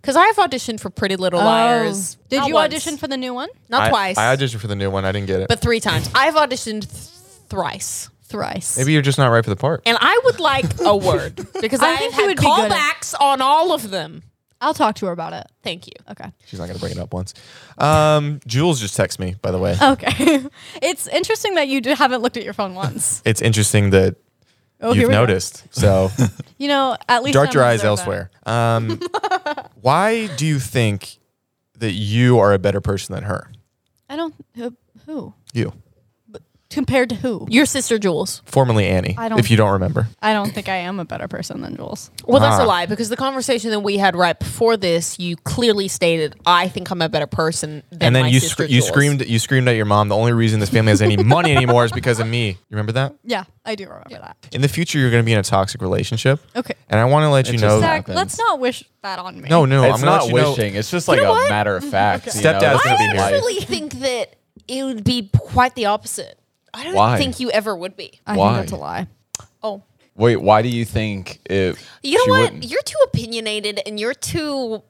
C: Because I've auditioned for Pretty Little Liars.
B: Oh. Did
C: Not
B: you
C: once,
B: audition for the new one?
C: Not
A: I-
C: twice,
A: I auditioned for the new one. I didn't get it.
C: but three times. I've auditioned th- thrice.
B: Thrice.
A: Maybe you're just not right for the part.
C: And I would like a word because
B: I
C: I
B: think
C: have
B: you
C: had
B: would be good at-
C: callbacks on all of them.
B: I'll talk to her about it.
C: Thank you.
B: Okay.
A: She's not gonna bring it up once. Um, Jules just texted me, by the way.
B: Okay. it's interesting that you d- haven't looked at your phone once.
A: It's interesting that
B: Oh, here
A: you've
B: we go.
A: noticed. So
B: You know, at least
A: dark
B: I'm
A: your eyes elsewhere.
B: observant.
A: Um, why do you think that you are a better person than her?
B: I don't who, who
A: You,
B: compared to who.
C: Your sister Jules.
A: formerly Annie,
B: I don't-
A: if you don't remember.
B: I don't think I am a better person than Jules.
C: Well, that's
A: Ah.
C: a lie because the conversation that we had right before this, you clearly stated, "I think I'm a better person." Than
A: and then
C: my
A: you
C: sister
A: scr- you
C: Jules."
A: screamed you screamed at your mom. The only reason this family has any money anymore is because of me. You remember that?
B: Yeah, I do remember that.
A: In the future, you're going to be in a toxic relationship.
B: Okay.
A: And I want to let you
E: just
A: know.
B: Zach,
E: happens.
B: let's not wish that on me.
A: No, no,
E: it's
A: I'm gonna
E: not
A: let you know-
E: wishing. It's just like a matter of fact. you know,
A: Stepdad's
E: that's
A: gonna be
E: life.
A: here.
C: I actually think that it would be quite the opposite. I don't
E: Why?
C: think you ever would be.
B: I
E: Why?
B: think that's a lie.
C: Oh,
E: Wait, why do you think it?
C: you know
E: she
C: what?
E: wouldn't?
C: You're too opinionated, and you're too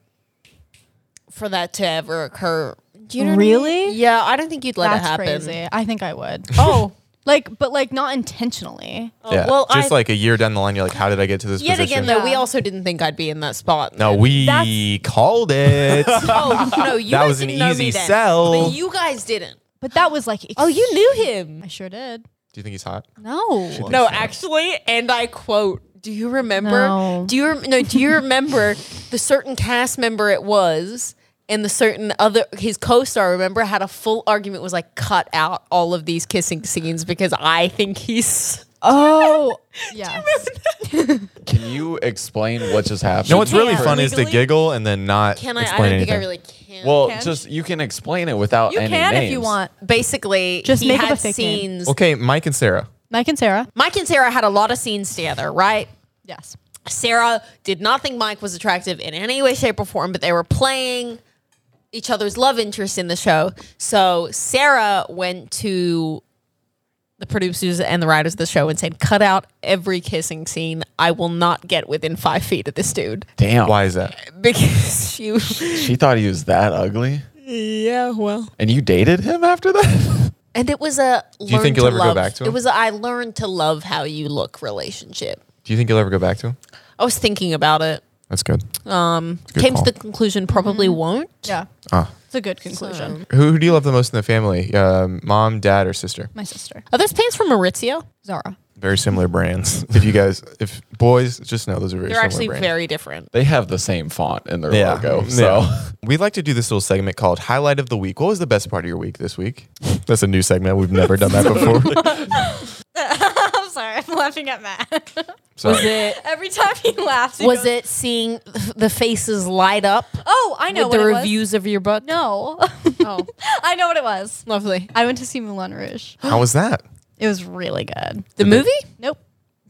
C: for that to ever occur. Do you know what I mean?
B: Really?
C: Yeah, I don't think you'd let it
B: That's
C: happen.
B: crazy. I think I would.
C: Oh,
B: like, but like not intentionally.
C: oh,
A: Yeah.
C: well,
A: just
C: I,
A: like a year down the line, you're like, how did I get to this
C: yet
A: position?
C: again though, we
B: Yeah.
C: also didn't think I'd be in that spot.
A: no, we
B: That's-
A: called it.
C: Oh no, you
A: That
C: guys
A: was an
C: didn't know
A: easy
C: me then.
A: sell.
C: But you guys didn't.
B: But that was like.
C: Oh, knew him.
B: I sure did.
A: do you think he's hot?
B: No.
C: No, actually, and I quote, do you remember?
B: No.
C: Do you rem- no, do you remember the certain cast member it was and the certain other his co-star remember had a full argument was like cut out all of these kissing scenes because I think he's
B: Oh. yes.
E: Can you explain what just happened?
A: No, what's really
B: can't.
A: fun is to
B: Legally?
A: giggle and then not
C: can I I
A: explain
C: don't
A: anything.
C: think I really can.
E: Well,
B: Can?
E: just you can explain it without
B: You
E: any
B: can if you
E: names.
B: want.
C: basically
B: Just
C: he
B: make up
C: had
B: a fake name.
C: scenes.
A: okay, Mike and Sarah.
B: Mike and Sarah.
C: Mike and Sarah had a lot of scenes together, right?
B: Yes.
C: Sarah did not think Mike was attractive in any way, shape, or form, but they were playing each other's love interest in the show. So Sarah went to the producers and the writers of the show and said, Cut out every kissing scene. I will not get within five feet of this dude.
E: Damn,
A: Why is that?
C: Because she
E: she thought he was that ugly,
C: Yeah, well.
E: and you dated him after that?
C: And it was a
A: you think
C: learn
A: you'll
C: to
A: ever go
C: love-
A: back to
C: It
A: him?
C: was a I learned to love how you look relationship.
A: Do you think you'll ever go back to him?
C: I was thinking about it.
A: That's good.
C: Um
A: good
C: came
A: call.
C: to the conclusion probably won't.
B: Yeah.
A: Ah.
B: It's a good conclusion.
A: Who, who do you love the most in the family? Um, mom, dad, or sister?
B: My sister,
C: Are those pants from Maurizio?
B: Zara.
A: Very similar brands. if you guys, if boys, just know those are very
C: They're
A: similar
C: actually
A: brands.
C: very different.
E: They have the same font in their
A: yeah.
E: logo,
A: Yeah.
E: so
A: we like to do this little segment called Highlight of the Week. What was the best part of your week this week? That's a new segment. We've never done that before.
B: I'm sorry. I'm laughing at Matt.
A: Sorry.
C: it
B: Every time he laughs,
C: was it seeing the faces light up
B: Oh, I know what
C: with the
B: it was.
C: reviews of your book?
B: No. Oh. I know what it was.
C: Lovely.
B: I went to see Moulin Rouge.
A: How was that?
B: It was really good.
C: The movie
B: Nope.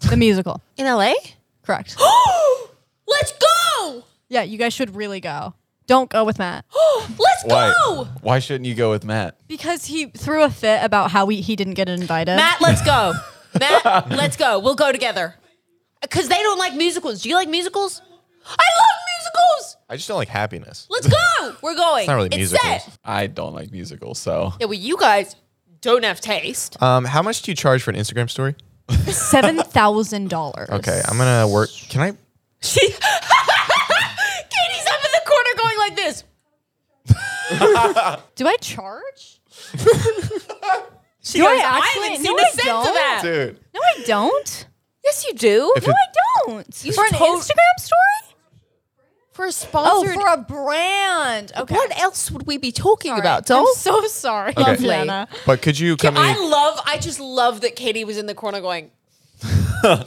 B: The musical.
C: in LA?
B: Correct.
C: Let's go!
B: Yeah, you guys should really go. Don't go with Matt
C: Let's
E: why
C: go!
E: why shouldn't you go with Matt?
B: because he threw a fit about how we, he didn't get invited.
C: Matt, let's go. Matt, let's go. We'll go together. Cuz they don't like musicals. Do you like musicals? I love musicals.
A: I just don't like happiness.
C: Let's go. We're going. It's
A: not really musicals.
C: set.
E: I don't like musicals, so
C: Yeah, well you guys don't have taste.
A: Um, how much do you charge for an Instagram story?
B: Seven thousand dollars.
A: Okay, I'm gonna work. Can I?
C: She Katie's up in the corner going like this.
B: Do I charge?
C: She
B: Do I
C: goes,
B: actually-
C: haven't
B: no,
C: seen a
B: I
C: cent of
B: don't.
C: that.
A: Dude,
B: No, I don't.
C: Yes, you do.
A: If
B: No,
A: it-
B: I don't.
C: You
B: for an
C: told-
B: Instagram story?
C: for a
B: Oh,
C: sponsored.
B: for a brand. Okay.
C: What else would we be talking
B: Sorry.
C: about?
B: I'm
C: Doll?
B: so sorry.
A: Okay.
C: Lovely.
B: Jenna.
A: but could you cut
C: I
A: me?
C: love. I just love that Katie was in the corner going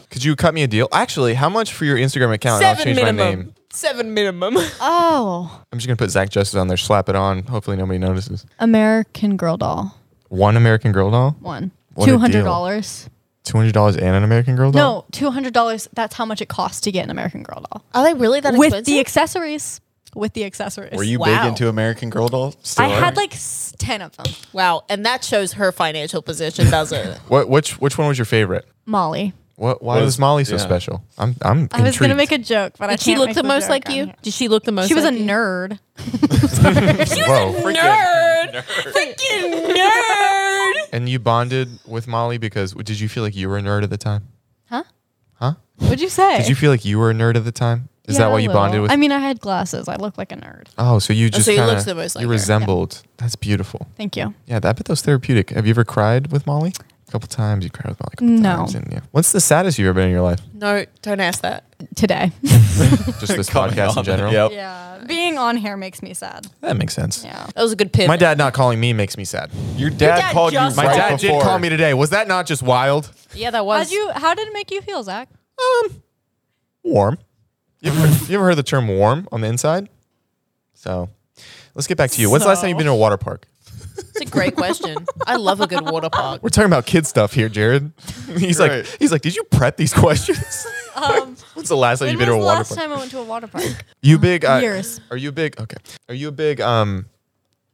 A: Could you cut me a deal? Actually, how much for your Instagram account? and I'll
C: seven
A: change
C: minimum.
A: my name.
C: Seven minimum.
B: Oh,
A: I'm just gonna put Zach Justice on there, slap it on. Hopefully, nobody notices.
B: American Girl doll
A: One American Girl doll,
B: one.
A: What a
B: Two
A: deal.
B: hundred dollars.
A: two hundred dollars, and an American Girl doll.
B: No, two hundred dollars. That's how much it costs to get an American Girl doll
C: Are they really that
B: with the accessories. With the accessories.
E: were you
C: Wow.
E: big into American Girl dolls? Still
B: I
E: are?
B: had like s- ten of them.
C: wow, and that shows her financial position, does it?
A: What which which one was your favorite?
B: Molly.
A: What? Why
E: What
A: was
E: is-
A: Molly so
E: yeah.
A: special? I'm I'm
B: I was gonna
A: intrigued.
B: make a joke, but I
C: Did she
B: can't
C: look
B: make
C: the most
B: joke
C: like
B: on
C: you?
B: here.
C: Did she look the most?
B: She was a
C: like you?
B: nerd.
A: Whoa.
C: Nerd. Freaking nerd.
A: And you bonded with Molly because did you feel like you were a nerd at the time?
B: Huh?
A: Huh?
B: What'd you say?
A: Did you feel like you were a nerd at the time? Is
B: Eh. Yeah,
A: that why
B: a
A: you
B: little.
A: bonded with?
B: I mean, I had glasses. I look like a nerd.
A: oh, so you just
C: so you
A: kinda,
C: looked the most like
A: you
C: her. Yeah.
A: resembled. That's beautiful.
B: Thank you.
A: Yeah, that, I bet that was therapeutic. Have you ever cried with Molly? A couple times. You cried with Molly. A couple
B: No.
A: Times, and, yeah. What's the saddest you've ever been in your life?
C: No, don't ask that.
B: Today.
A: Just this
E: Coming
A: podcast in
E: up.
A: general.
E: Yep.
B: yeah. Being on here makes me sad.
A: That makes sense.
B: Yeah.
C: That was a good pivot.
A: My dad not calling me makes me sad.
E: Your dad,
C: dad
E: called you
C: just
A: My
E: right
A: dad
E: before.
A: did call me today. Was that not just wild?
C: Yeah, that
B: How'd
C: was.
B: you? How did it make you feel, Zach?
A: Warm. You ever, you ever heard the term warm on the inside? So let's get back to you. When's the last time you've been to a water park?
C: It's a great question. I love a good water park.
A: We're talking about kid stuff here, Jared. He's
E: Right.
A: like, he's like, did you prep these questions?
B: Um,
A: When's the last time
B: when
A: you've
B: was
A: been to
B: the
A: a water
B: last
A: park?
B: time I went to a water park?
A: You big uh,
B: Years.
A: Are you a big? Okay. Are you a big um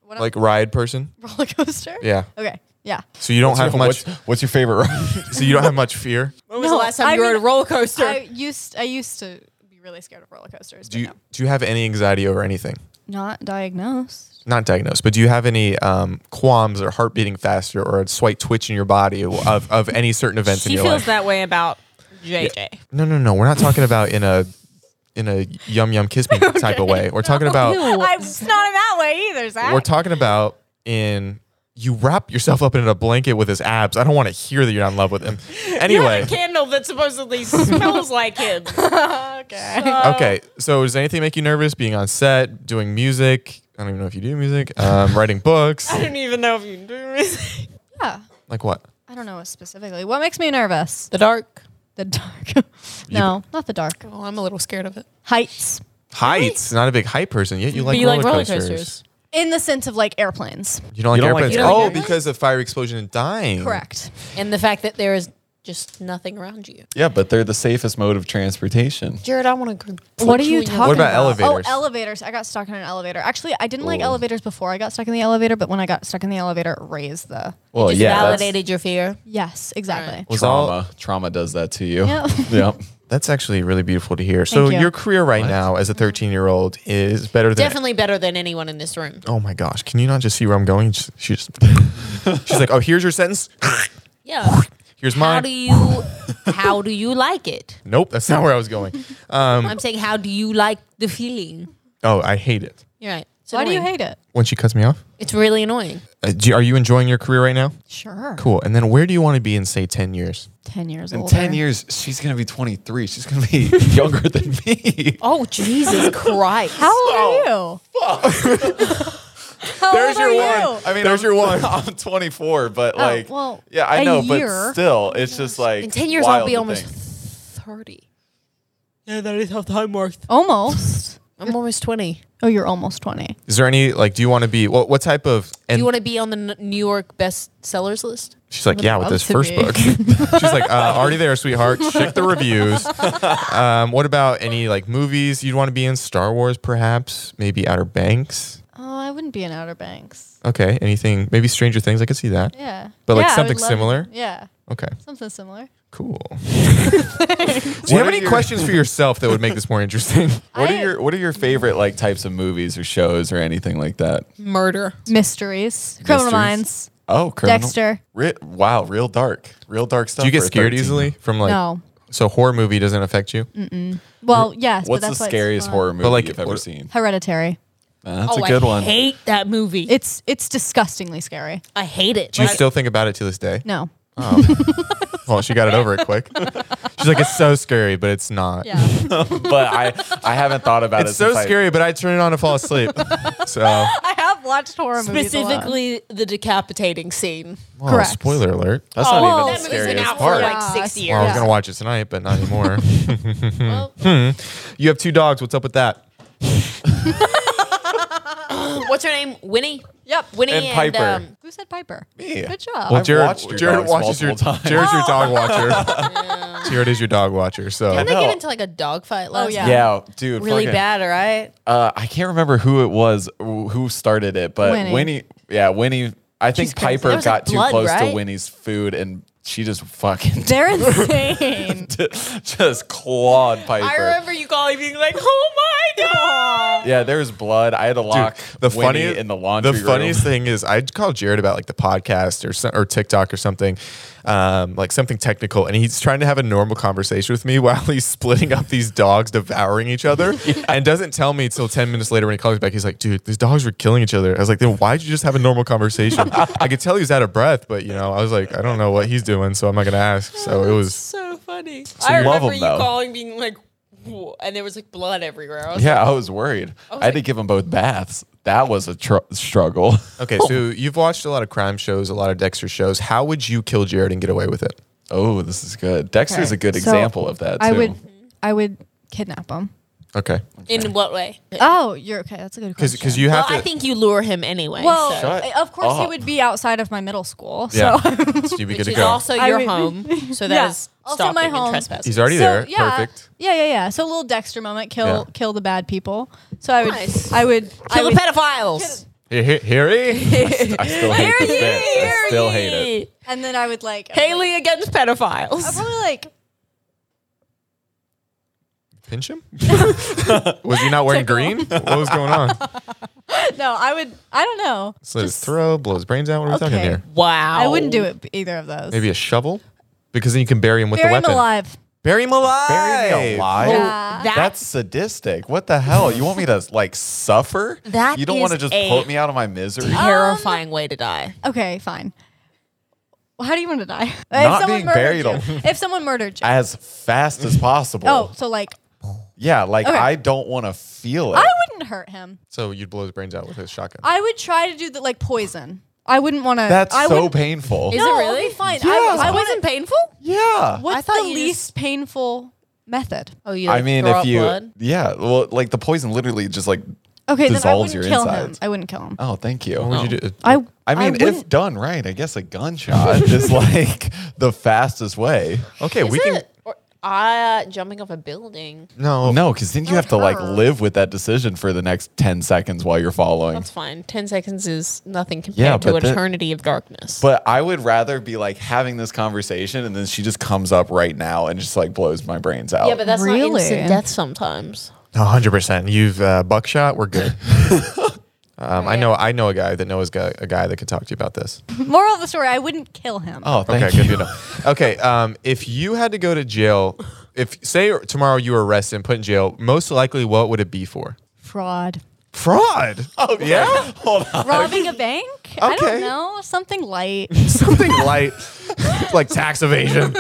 B: What
A: like ride person?
B: roller coaster?
A: Yeah.
B: Okay. Yeah.
A: So you don't have much.
E: What's, what's your favorite ride?
A: So you don't have much fear.
C: When was
B: No,
C: the last time
B: I
C: you were on a
B: mean,
C: roller coaster?
B: I used I used to be really scared of roller coasters.
A: Do
B: but
A: you
B: no.
A: do you have any anxiety over anything?
B: Not diagnosed.
A: Not diagnosed, but do you have any um, qualms or heart beating faster or a slight twitch in your body of, of any certain events
C: she
A: in your
C: feels
A: life?
C: that way about JJ.
A: No, no, no. We're not talking about in a in a yum yum kiss me type of way. We're talking
E: Oh.
A: about
C: Ew.
B: I'm it's not in that way either, Zach.
A: we're talking about in you wrap yourself up in a blanket with his abs. I don't want to hear that you're not in love with him.
C: You have
A: Anyway,
C: a candle that supposedly smells like him.
B: okay.
C: Oh.
A: okay. So does anything make you nervous? Being on set, doing music. I don't even know if you do music. Um, writing books.
C: I don't even know if you do anything.
B: yeah.
A: Like what?
B: I don't know specifically. What makes me nervous?
C: The dark.
B: The dark. no, not the dark.
C: Well, Oh, I'm a little scared of it.
B: Heights.
A: Heights. Not a big height person. Yet you like,
C: you
A: roller,
C: like roller
A: coasters.
C: coasters.
B: In the sense of like airplanes.
A: You don't like
E: You don't like
A: airplanes.
E: airplanes?
A: oh,
E: You don't like
A: because of fire explosion and dying.
B: Correct.
C: And the fact that there is just nothing around you.
E: yeah, but they're the safest mode of transportation.
C: Jared, I want to.
B: What are you talking
A: What about elevators?
B: Oh, elevators. I got stuck in an elevator. Actually, I didn't like
E: Ooh.
B: elevators before I got stuck in the elevator, but when I got stuck in the elevator, it raised the.
E: Well,
C: Just
E: yeah, that's-
C: validated your fear.
B: Yes, exactly.
A: Was all
E: trauma. Trauma does that to you.
B: Yeah.
E: Yep.
A: That's actually really beautiful to hear. So
B: you.
A: your career right now as a 13 year old is better than
C: Definitely better than anyone in this room.
A: Oh my gosh! Can you not just see where I'm going? She she just she's like, oh, here's your sentence.
C: Yeah.
A: Here's
C: How
A: mine.
C: do you? How do you like it?
A: nope, that's not where I was going.
E: Um,
C: I'm saying, how do you like the feeling?
A: Oh, I hate it
C: You're right. It's
B: Why do you
C: annoying.
B: hate it?
A: when she cuts me off.
C: It's really annoying.
A: Uh, do, are you enjoying your career right now?
B: Sure.
A: Cool. And then where do you want to be in say 10 years?
B: 10 years
E: In
B: older.
E: 10 years, she's going to be 23. She's going to be younger than me.
C: Oh Jesus Christ!
B: How old are you? How
E: There's
C: Oh
B: old
E: your
B: are
E: one.
B: you?
E: I mean,
A: There's
E: I'm,
A: your one.
E: I'm 24, but like,
B: well,
E: yeah, I
B: a
E: know,
B: year.
E: but still, it's just like
C: Oh in ten years,
E: wild
C: I'll be
E: to
C: almost
E: think.
C: thirty. Yeah, that is how time works.
B: Almost.
C: I'm almost twenty.
B: Oh, you're almost 20.
A: Is there any like? Do you want to be what? What type of?
C: Do
A: And
C: you want to be on the N- New York best sellers list?
A: she's like, yeah, with
B: love
A: this
B: to
A: first
B: be.
A: book. she's like, uh, already there, sweetheart. Check the reviews. Um, what about any like movies you'd want to be in? Star Wars, perhaps. Maybe Outer Banks.
B: Oh, I wouldn't be in Outer Banks.
A: Okay. Anything? Maybe Stranger Things. I could see that.
B: Yeah.
A: But, like,
B: Yeah, I would
A: something
B: love-
A: similar?
B: Yeah.
A: Okay.
B: Something similar.
A: Cool. Do you
E: What
A: have
E: are
A: any
E: your-
A: questions for yourself that would make this more interesting?
E: What
B: I-
E: are your What are your favorite like types of movies or shows or anything like that?
C: Murder.
B: Mysteries. Criminal
E: Mysteries?
B: Minds.
E: Oh, criminal.
B: Dexter.
E: Re- wow, real dark, real dark stuff.
A: Do you get
E: for a
A: scared
E: 13.
A: easily from like?
B: No.
A: So horror movie doesn't affect you,
B: Well, yes.
E: What's
B: but
E: the
B: that's why it's
E: scariest
B: fun.
E: horror movie
A: like,
E: you've ever
A: what-
E: seen?
B: Hereditary.
E: Uh, that's
C: oh,
E: a good
C: I
E: one.
C: hate that movie.
B: It's it's disgustingly scary.
C: I hate it.
A: do you
C: Like,
A: still think about it to this day?
B: No.
A: Well, she got it over it quick. She's like, it's so scary, but it's not.
B: Yeah.
E: but I I haven't thought about it.
A: It's so
E: since I-
A: scary, but I turn it on to fall asleep. so,
B: I have watched horror movies. a lot.
C: specifically the decapitating scene.
A: well,
B: Correct.
A: spoiler alert.
E: That's
B: Oh,
E: not
B: well,
E: even
B: that
E: the
B: movie's
C: It's been
E: scariest
C: out
E: part.
C: for like
B: Yeah,
C: six
B: I-
C: years.
A: Well, I was gonna watch it tonight, but not anymore.
C: Well,
A: you have two dogs. What's up with that?
C: What's her name? Winnie.
B: Yep.
C: Winnie
E: And
C: and,
E: Piper.
C: Um,
B: Who said Piper?
E: Me.
B: Good job.
A: Well,
E: I've
A: Jared,
E: watched your
A: Jared
E: dogs
A: watches your
E: multiple times.
A: Jared's your dog watcher. Jared is your dog watcher. So
C: didn't they
E: No.
C: get into like a dog fight last
B: yeah.
C: night?
E: Yeah, dude.
C: Oh, Really
E: fucking-
C: bad, all right?
E: Uh, I can't remember who it was wh- who started it, but
B: Winnie.
E: Winnie. yeah, Winnie. I think
B: crazy.
E: Piper
C: There was,
E: got
C: like,
E: too
C: blood,
E: close
C: right?
E: to Winnie's food and she just fucking
B: They're insane.
E: just clawed Piper.
C: I remember you calling being like, oh my God.
E: Yeah, there was blood. I had to lock the funny in the laundry
A: The
E: room.
A: funniest thing is, I called Jared about like the podcast or some, or TikTok or something, um, like something technical, and he's trying to have a normal conversation with me while he's splitting up these dogs devouring each other, and doesn't tell me till ten minutes later when he calls back. He's like, "Dude, these dogs were killing each other." I was like, "Then why'd you just have a normal conversation?" I could tell he was out of breath, but you know, I was like, "I don't know what he's doing, so I'm not gonna ask." So it was,
C: So funny.
E: you
C: I remember
E: love them,
C: you
E: though.
C: calling being like, "Whoa," and there was like blood everywhere. I was
E: Yeah, I was worried. I, had to give them both baths. That was a tr- struggle.
A: okay. So you've watched a lot of crime shows, a lot of Dexter shows. How would you kill Jared and get away with it?
E: Oh, this is good. Dexter's
B: Okay.
E: a good
B: So,
E: example of that. Too.
B: I would, I would kidnap him.
E: Oh
A: Okay,
C: like, in what way?
B: Oh, you're okay. That's a good
A: because
B: question.
A: because you
C: Well,
A: have to.
C: I think you lure him anyway.
B: well,
C: so-
E: Shut
B: of course he
E: up.
B: would be outside of my middle school.
A: Yeah.
B: So
A: So you'd be good
C: which
A: to
C: is
A: go.
C: also
B: I
C: your
B: mean-
C: home. So
B: Yeah.
C: that is
B: Also
C: stalking
B: my
C: and
B: home.
C: trespassing.
A: He's already there.
B: yeah,
A: Perfect.
B: Yeah, yeah, yeah. So a little Dexter moment, kill
A: Yeah.
B: kill the bad people. So I would
C: Nice.
B: I would I
C: Kill the
B: would,
C: pedophiles.
A: Here, here, here he-
E: I still hate this
C: Harry,
E: bit. I still hate it.
B: and then I would like I would, like-
C: Haley against
B: I'd
C: pedophiles.
B: probably like
A: pinch him. was he not wearing green? What was going on?
B: no, I would I don't know.
A: Slit his throat, blow his brains out. What are we talking
B: Okay.
A: here?
C: Wow.
B: I wouldn't do it either of those.
A: Maybe a shovel, because then you can bury him with
B: bury
A: the
B: him
A: weapon.
B: alive.
A: Bury him alive.
E: Bury me alive.
B: Yeah.
C: That-
E: That's sadistic. What the hell? You want me to like suffer?
C: That
E: you don't
C: is
E: want to just
C: a-
E: put me out of my
C: Um,
E: misery.
B: Oh.
C: Terrifying way to die.
B: Okay, fine. How do you want to die? If
E: Not
B: someone
E: being
B: murdered
E: buried
B: you. If someone murdered you.
E: As fast as possible.
B: oh, so like
E: Yeah, like
B: Okay.
E: I don't want to feel it.
B: I wouldn't hurt him.
A: So you'd blow his brains out with his shotgun.
B: I would try to do the like poison. I wouldn't want to.
E: That's
B: I
E: so
B: would,
E: painful.
C: Is
B: No,
C: it really?
B: it'd be fine.
E: Yeah.
B: I, I
E: It
B: wasn't.
C: painful?
E: yeah.
B: What's
C: thought
B: the
C: you
B: least painful method?
C: Oh, you
E: I mean, if you,
C: blood?
E: yeah, well, like the poison literally just like
B: Okay, then I
E: dissolves
B: wouldn't
E: your
B: kill him.
E: insides.
B: I wouldn't kill him.
E: Oh, thank you.
A: what would you do? uh,
B: I.
E: I mean, if
B: wouldn't-
E: done right, I guess a gunshot is like the fastest way.
A: Okay, we
C: Is
A: can.
C: it? Or, uh, jumping off a building.
B: Oh.
A: No,
E: No, because then you have to like live with that decision for the next 10 seconds while you're following.
C: That's fine. Ten seconds is nothing compared
E: Yeah,
C: to
E: but
C: an
E: that-
C: eternity of darkness.
E: But I would rather be like having this conversation and then she just comes up right now and just like blows my brains out.
C: yeah, but that's
B: Really?
C: not instant death sometimes.
A: hundred percent. You've uh, buckshot. We're good. Um, I know. I know a guy that knows guy, a guy that could talk to you about this.
B: moral of the story, I wouldn't kill him.
E: oh, thank
A: okay,
E: you.
A: good to know. Okay, um, if you had to go to jail, if say tomorrow you were arrested and put in jail, most likely what would it be for?
B: Fraud.
A: Fraud. Oh yeah,
E: Hold on.
B: Robbing a bank? I
A: Okay.
B: don't know. Something light.
A: something light like tax evasion.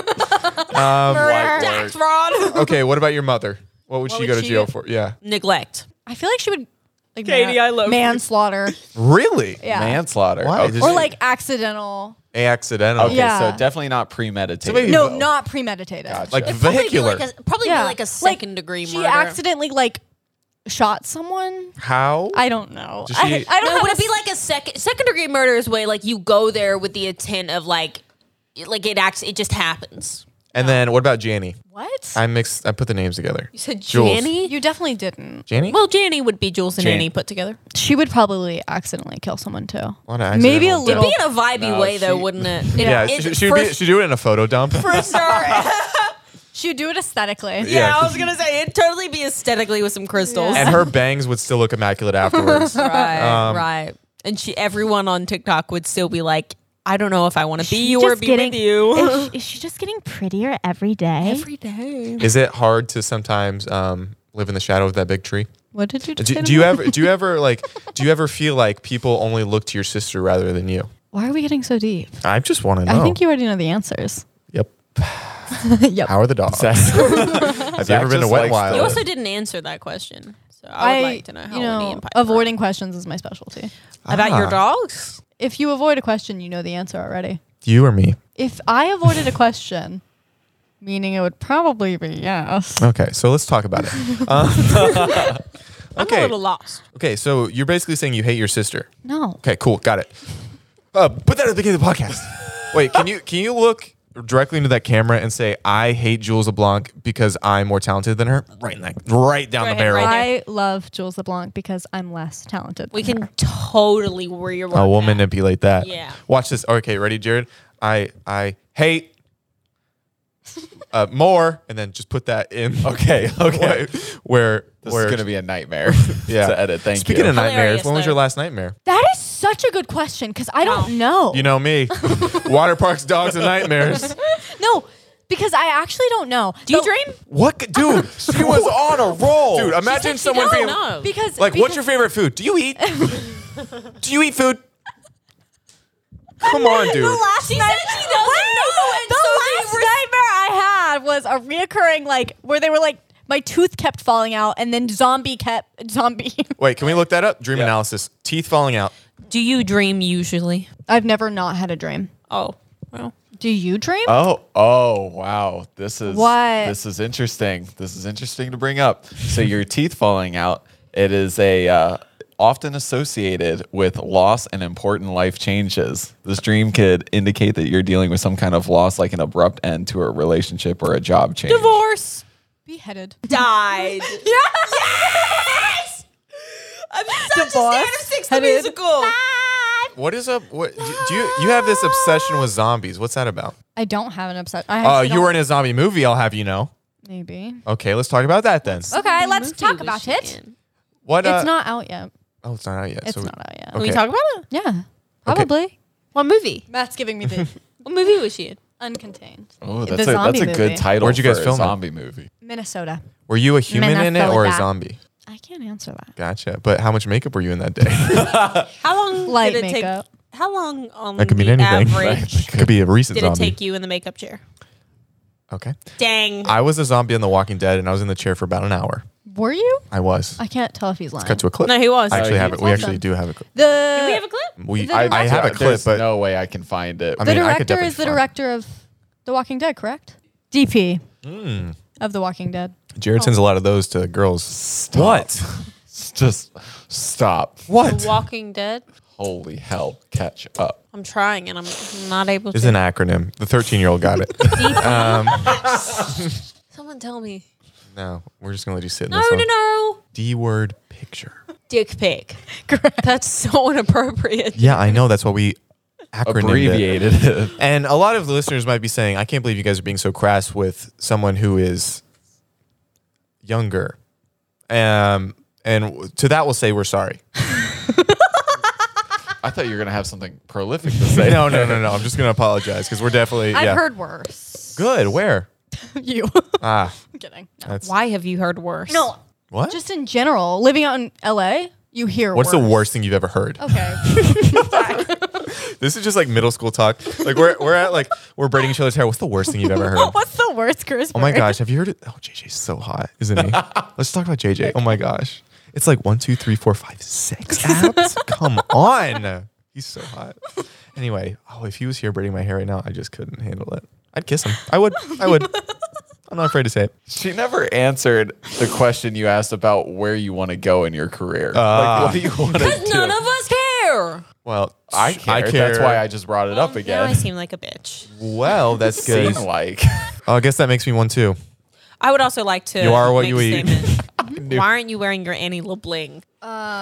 C: Tax fraud.
A: Okay, what about your mother? What would she
C: would
A: go to
C: she
A: jail
C: get?
A: for? Yeah,
C: Neglect.
B: I feel like she would. Like
C: Katie, I love you.
B: manslaughter.
A: really?
B: Yeah.
E: Manslaughter.
A: Why?
E: Okay.
A: Just-
B: Or like accidental.
A: Accidental.
E: Okay,
B: Yeah.
E: so definitely not premeditated.
A: maybe-
B: No,
A: Evo.
B: not premeditated.
A: Like
E: Gotcha.
A: vehicular.
C: Probably be like a, probably be
B: Yeah,
C: like a second degree
B: She
C: murder.
B: accidentally like shot someone.
A: How?
B: I don't know.
A: Does
B: I,
A: she-
B: I don't
C: No,
B: know.
C: would it be like a second second degree murder is way like you go there with the intent of like it- like it acts it just happens.
A: and then what about Janny?
B: what?
A: I mixed. I put the names together.
C: You said
A: Jules.
C: Janny?
B: you definitely didn't.
A: Janny.
C: Well, Janny would be Jules and
E: Jan-
C: Annie put together.
B: She would probably accidentally kill someone too.
A: What an
B: Maybe a
A: accidental
B: little.
C: Be in a vibey
E: No,
C: way though,
E: she-
C: wouldn't it? It-
A: yeah,
C: it-
A: she, she would
C: for,
A: be, she'd do it in a photo dump.
C: for sure.
B: She'd do it aesthetically.
A: Yeah.
C: Yeah, I was gonna say it'd totally be aesthetically with some crystals.
A: and her bangs would still look immaculate afterwards. Um,
C: right, right. And she, everyone on TikTok would still be like, I don't know if I want to be you or
B: just
C: be
B: getting-
C: with you.
B: Is she, is she just getting prettier every day?
C: Every day.
A: Is it hard to sometimes um, live in the shadow of that big tree?
B: what did you just
A: Do,
B: say to
A: do you
B: me?
A: ever? Do you ever like? Do you ever feel like people only look to your sister rather than you?
B: Why are we getting so deep?
A: I just want to know.
B: I think you already know the answers.
A: Yep.
B: yep.
A: How are the dogs?
E: Zach-
A: Have you ever been to
E: just
A: Wet
E: likes
A: Wild?
E: the-
C: You also didn't answer that question. So I would like to know how
B: you
C: Winnie
B: know,
C: and Piper are.
B: avoiding questions is my specialty.
C: about
A: Ah.
C: your dogs.
B: If you avoid a question, you know the answer already.
A: You or me?
B: If I avoided a question, meaning it would probably be yes.
A: Okay, so let's talk about it. Um,
C: I'm a
A: okay,
C: little lost.
A: okay. So you're basically saying you hate your sister.
B: No.
A: Okay, cool, got it. Uh, put that at the beginning of the podcast. Wait, can you can you look directly into that camera and say I hate Jules LeBlanc because I'm more talented than her? Right in that, right down
C: Right,
A: the barrel.
B: I
C: right.
B: love Jules LeBlanc because I'm less talented.
C: We
B: than
C: can
B: her.
C: totally rework.
A: Oh, we'll
C: that.
A: manipulate that.
C: Yeah.
A: Watch this. Okay, ready, Jared? I I hate uh, more, and then just put that in.
E: Okay, okay.
A: where
E: This
A: where
E: is gonna be a nightmare to edit. Thank
A: Speaking
E: you.
A: of nightmares,
C: Hilarious,
A: when was your
C: though.
A: last nightmare?
B: That is such a good question because I don't know.
A: You know me, water parks, dogs, and nightmares.
B: No, because I actually don't know.
C: Do you
B: But-
C: dream?
A: What, c- dude?
E: she was on a roll,
A: Dude,
C: said
A: imagine
C: she
A: someone
C: don't
A: being
C: know.
B: Because
A: like, "What's your
B: because-
A: favorite food? Do you eat? Do you eat food? Come on, dude.
C: She said she doesn't know, and
B: the
C: so they
B: last
C: were-
B: nightmare I had was a reoccurring like where they were like my tooth kept falling out and then zombie kept zombie.
A: Wait, can we look that up? Dream
E: Yeah.
A: analysis. Teeth falling out.
C: Do you dream usually?
B: I've never not had a dream.
C: Oh, well.
B: Do you dream?
A: Uh,
E: Oh, oh, wow. This is
B: What?
E: this is interesting. This is interesting to bring up. So your teeth falling out, it is a uh, often associated with loss and important life changes. This dream could indicate that you're dealing with some kind of loss like an abrupt end to a relationship or a job change.
C: Divorce.
B: Beheaded.
C: Died. yes! I'm such
B: Divorce.
C: a standard six the
B: Headed.
C: musical.
A: What is up? What do do you you have this obsession with zombies? What's that about?
B: I don't have an upset.
A: Uh, you were in a zombie movie. I'll have you know.
B: maybe.
A: Okay, let's talk about that then.
B: Okay, let's
C: Movie
B: talk
C: was
B: about
C: she
B: it.
C: in?
A: What? Uh,
B: It's not out yet.
A: Oh, it's not out yet.
B: It's
A: so we-
B: not out yet.
C: Can we
A: Okay.
C: talk about it?
B: Yeah, probably.
C: What movie?
B: Matt's giving me the
C: What movie was she in?
B: uncontained.
E: Oh,
B: The
E: that's a that's
B: zombie
E: a
B: movie.
E: good title.
A: Where'd you guys
E: for
A: film it?
E: a zombie movie?
B: Minnesota.
A: Were you a human
B: Men, I
A: in it
B: fell
A: or a
B: back.
A: zombie?
B: I can't answer that.
A: Gotcha. But how much makeup were you in that day?
C: How long
B: Light
C: did it
B: makeup.
C: take? How long on
A: that could mean
C: the
A: anything.
C: average
A: could be a recent
C: did it
A: zombie.
C: take you in the makeup chair?
A: Okay.
C: Dang.
A: I was a zombie in The Walking Dead, and I was in the chair for about an hour.
B: Were you?
A: I was.
B: I can't tell if he's lying.
A: Cut to a clip.
C: no, he was.
A: I actually
E: he
A: have it. We
B: awesome.
A: actually do have a clip.
B: the
C: Do we have a clip?
A: We,
B: The
A: I, I have a clip,
E: There's
A: but
E: no way I can find it.
A: I
B: The
A: mean, I could
B: director
A: definitely
B: is the
A: find-
B: director of The Walking Dead, correct? DP
A: Hmm.
B: of The Walking Dead.
A: Jared sends a lot of those to girls. What?
E: Just stop.
A: What?
C: Walking Dead.
E: Holy hell. Catch up.
C: I'm trying and I'm not able
A: It's
C: to.
A: an acronym. The 13 year old got it. Um,
C: Someone tell me.
A: no, we're just going to let you sit in
C: No,
A: this
C: no,
A: one.
C: no.
A: D word picture.
C: Dick pic. Correct. That's so inappropriate.
A: Yeah, I know. That's what we acronymed it.
E: Abbreviated it.
A: And a lot of the listeners might be saying, I can't believe you guys are being so crass with someone who is younger. Um, and w- to that, we'll say we're sorry.
E: I thought you were gonna have something prolific to say.
A: No, no, no, no. I'm just going to apologize because we're definitely.
B: I've
A: yeah.
B: heard worse.
A: Good. Where?
B: you.
A: Ah,
B: I'm kidding. No.
A: that's.
C: Why have you heard worse?
B: no,
A: What?
B: just in general, living out in LA, you hear
A: What's the
B: worse.
A: worst Oh. thing you've ever heard?
B: Okay.
A: This is just like middle school talk. Like we're we're at like we're braiding each other's hair. What's the worst thing you've ever heard?
B: What's the worst curse
A: Oh my
B: word?
A: gosh, have you heard it? Oh, JJ's so hot, isn't he? Let's talk about JJ. Oh my gosh. It's like one, two, three, four, five, six apps. Come on. He's so hot. Anyway, oh, if he was here braiding my hair right now, I just couldn't handle it. I'd kiss him. I would. I would. I'm not afraid to say it.
E: She never answered the question you asked about where you want to go in your career.
A: Ah.
E: like, what do you want to do?
C: None of us care.
A: Well,
E: I care. That's why I just brought it up
C: Now I
E: again.
C: seem like a bitch.
A: Well, that's good.
E: Seem like
A: Oh, I guess that makes me one too.
C: I would also like to.
A: You are what
C: make
A: you
C: a
A: eat.
C: statement. Why aren't you wearing your Annie LeBling?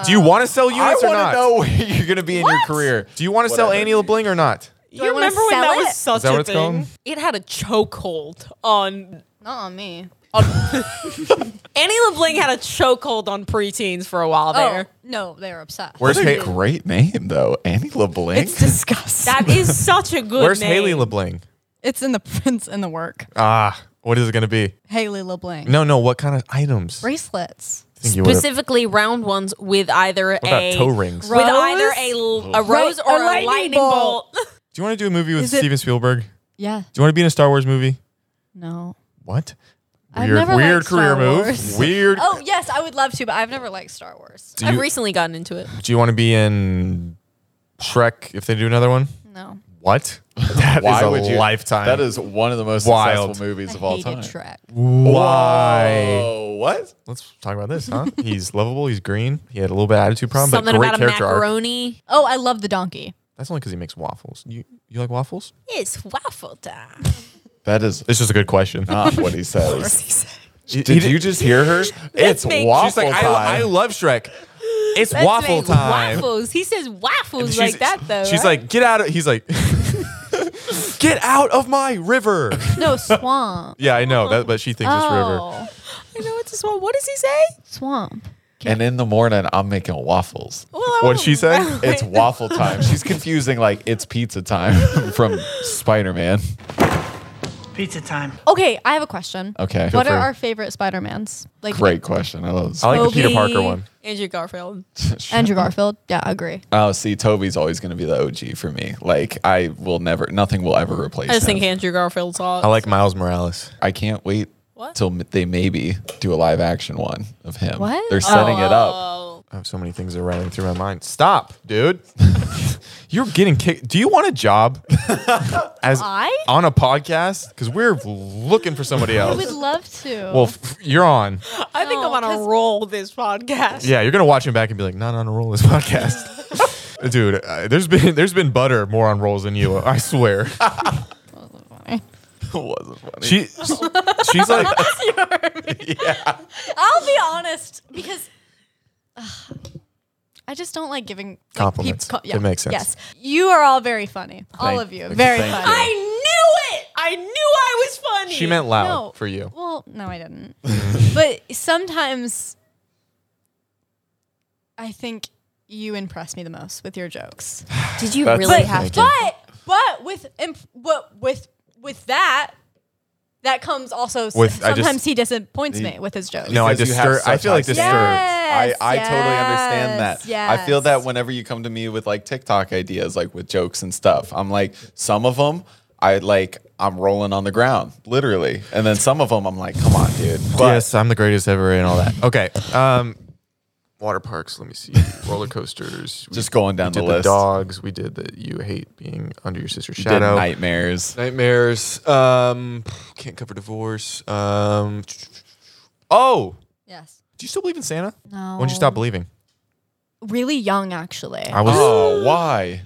A: Do you want to sell
E: I
A: units or
E: want to
A: not?
E: know where you're gonna be in your career.
A: Do you want to sell
E: Whatever.
A: Annie LeBling or not?
B: I
C: you
B: wanna
C: remember when
B: sell
C: that
B: it?
C: was such
A: Is that
C: a
A: what it's
C: thing?
A: called?
C: It had a chokehold on.
B: Not on me.
C: on Annie LeBling had a chokehold on preteens for a while
B: Oh,
C: there.
B: no, they're obsessed.
A: Where's
E: What a
A: Hay-
E: great name though, Annie LeBlanc.
C: disgusting. That is such a good
A: Where's
C: name.
A: Haley LeBling?
B: It's in the prints and the work.
A: Ah, what is it going to be?
B: Haley LeBlanc.
A: No, no. What kind of items?
B: Bracelets.
A: I think you would've-
C: Specifically, round ones with either
A: about
C: a
A: toe rings?
C: with
B: Rose?
C: either a, l- a rose
B: Right,
C: or
B: a
C: a lightning,
B: lightning bolt.
C: bolt.
A: Do you want to do a movie with
B: Is it-
A: Steven Spielberg? Do
B: Yeah.
A: you want to be in a Star Wars movie?
B: No.
A: What?
B: I've
A: Weird,
B: never
A: weird
B: liked
A: career
B: Star
A: move.
B: Wars.
A: Weird.
B: Oh, yes, I would love to, but I've never liked Star Wars.
A: Do
C: I've
A: you,
C: recently gotten into it.
A: do you want to be in Shrek if they do another one?
B: No.
A: What? That is
E: Why
A: a
E: would you?
A: lifetime.
E: That is one of the most
A: Wild.
E: successful movies of
B: I
E: all
B: hated
E: time.
B: Shrek.
A: why.
E: Oh, what?
A: Let's talk about this, huh? he's lovable. He's green. He had a little bit of attitude problem,
C: Something
A: but great
C: about a
A: character arc.
C: macaroni.
B: Oh, I love the donkey.
A: That's only because he makes waffles. You you like waffles?
C: It's waffle time.
E: That is
A: It's just a good question.
E: not what he says. Uh, Did
A: He- he-
E: you just hear her? It's
C: make-
E: waffle
A: She's like,
E: time.
A: I, I love Shrek. It's
C: Let's
A: waffle
C: make
A: time.
C: Waffles. He says waffles
A: She's-
C: like that though.
A: She's
C: right?
A: like, get out of. He's like, Get out of my river.
B: No, swamp.
A: yeah, I know that, but she thinks it's river.
B: oh,
C: I know it's a swamp. What does he say?
B: swamp.
E: And in the morning, I'm making waffles.
C: Well, I
A: What'd she
C: wanna-
A: say?
E: It's waffle time. She's confusing like it's pizza time from Spider Man.
D: Pizza time.
B: Okay, I have a question.
E: Okay.
B: What
E: Go
B: are
E: for it.
B: our favorite Spider-Mans? Like
E: Great question. I love.
A: I
E: It.
C: Oh.
A: like the Peter
B: Toby.
A: Parker one.
C: Andrew Garfield.
B: Andrew Garfield. Yeah, I agree.
E: Oh, see, Toby's always going to be the OG for me. Like, I will never, nothing will ever replace.
C: I just think
E: him.
C: Andrew Garfield's hot.
A: I like Miles Morales.
E: I can't wait
C: What?
E: till m- they maybe do a live action one of him.
B: What?
E: They're setting it up.
C: Oh,
A: I have so many things that are running through my mind. Stop, dude. You're getting kicked. Do you want a job as
B: I?
A: on a podcast? Because we're looking for somebody
B: I
A: else.
B: would love to.
A: Well, f- you're on.
C: I think I'm on a roll this podcast.
A: Yeah, you're gonna watch him back and be like, not on a roll this podcast, dude. Uh, there's been there's been butter more on rolls than you. I swear.
E: It wasn't funny.
A: She she's like
B: I'll be honest because ugh, I just don't like giving like, peop-
A: Compliments. It makes sense.
B: Yes, you are all very funny. all
E: Thank-
B: of you,
E: thank-
B: very
E: thank
B: funny.
E: you.
C: I knew it. I knew I was funny.
A: she meant loud
B: No.
A: for you.
B: Well, no, I didn't. but sometimes I think you impress me the most with your jokes.
C: Did you
E: That's-
C: really
E: But-
C: have to?
B: But but with imp- what with with that that comes also s-
A: With- I just-
B: sometimes he disappoints me with his jokes.
A: No, I
E: Because you have
A: disturb. I
E: such
A: feel like
E: high
A: disturbed.
E: I, I totally understand
B: yes,
E: that. I feel that
B: yes.
E: whenever you come to me with like TikTok ideas, like with jokes and stuff, I'm like, some of them, I like, I'm rolling on the ground, literally. And then some of them, I'm like, come on, dude. But
A: yes, I'm the greatest ever and all that. Okay. Um, water parks. Let me see. Roller coasters. We-
E: Just going down
A: we
E: the
A: did
E: list.
A: The dogs. We did that. You hate being under your sister's
E: did
A: shadow.
E: nightmares.
A: Nightmares. Um, can't cover divorce. Um, oh,
B: Yes.
A: do you still believe in Santa?
B: No.
A: When'd you stop believing?
B: Really young, actually.
A: I was.
E: Oh, why?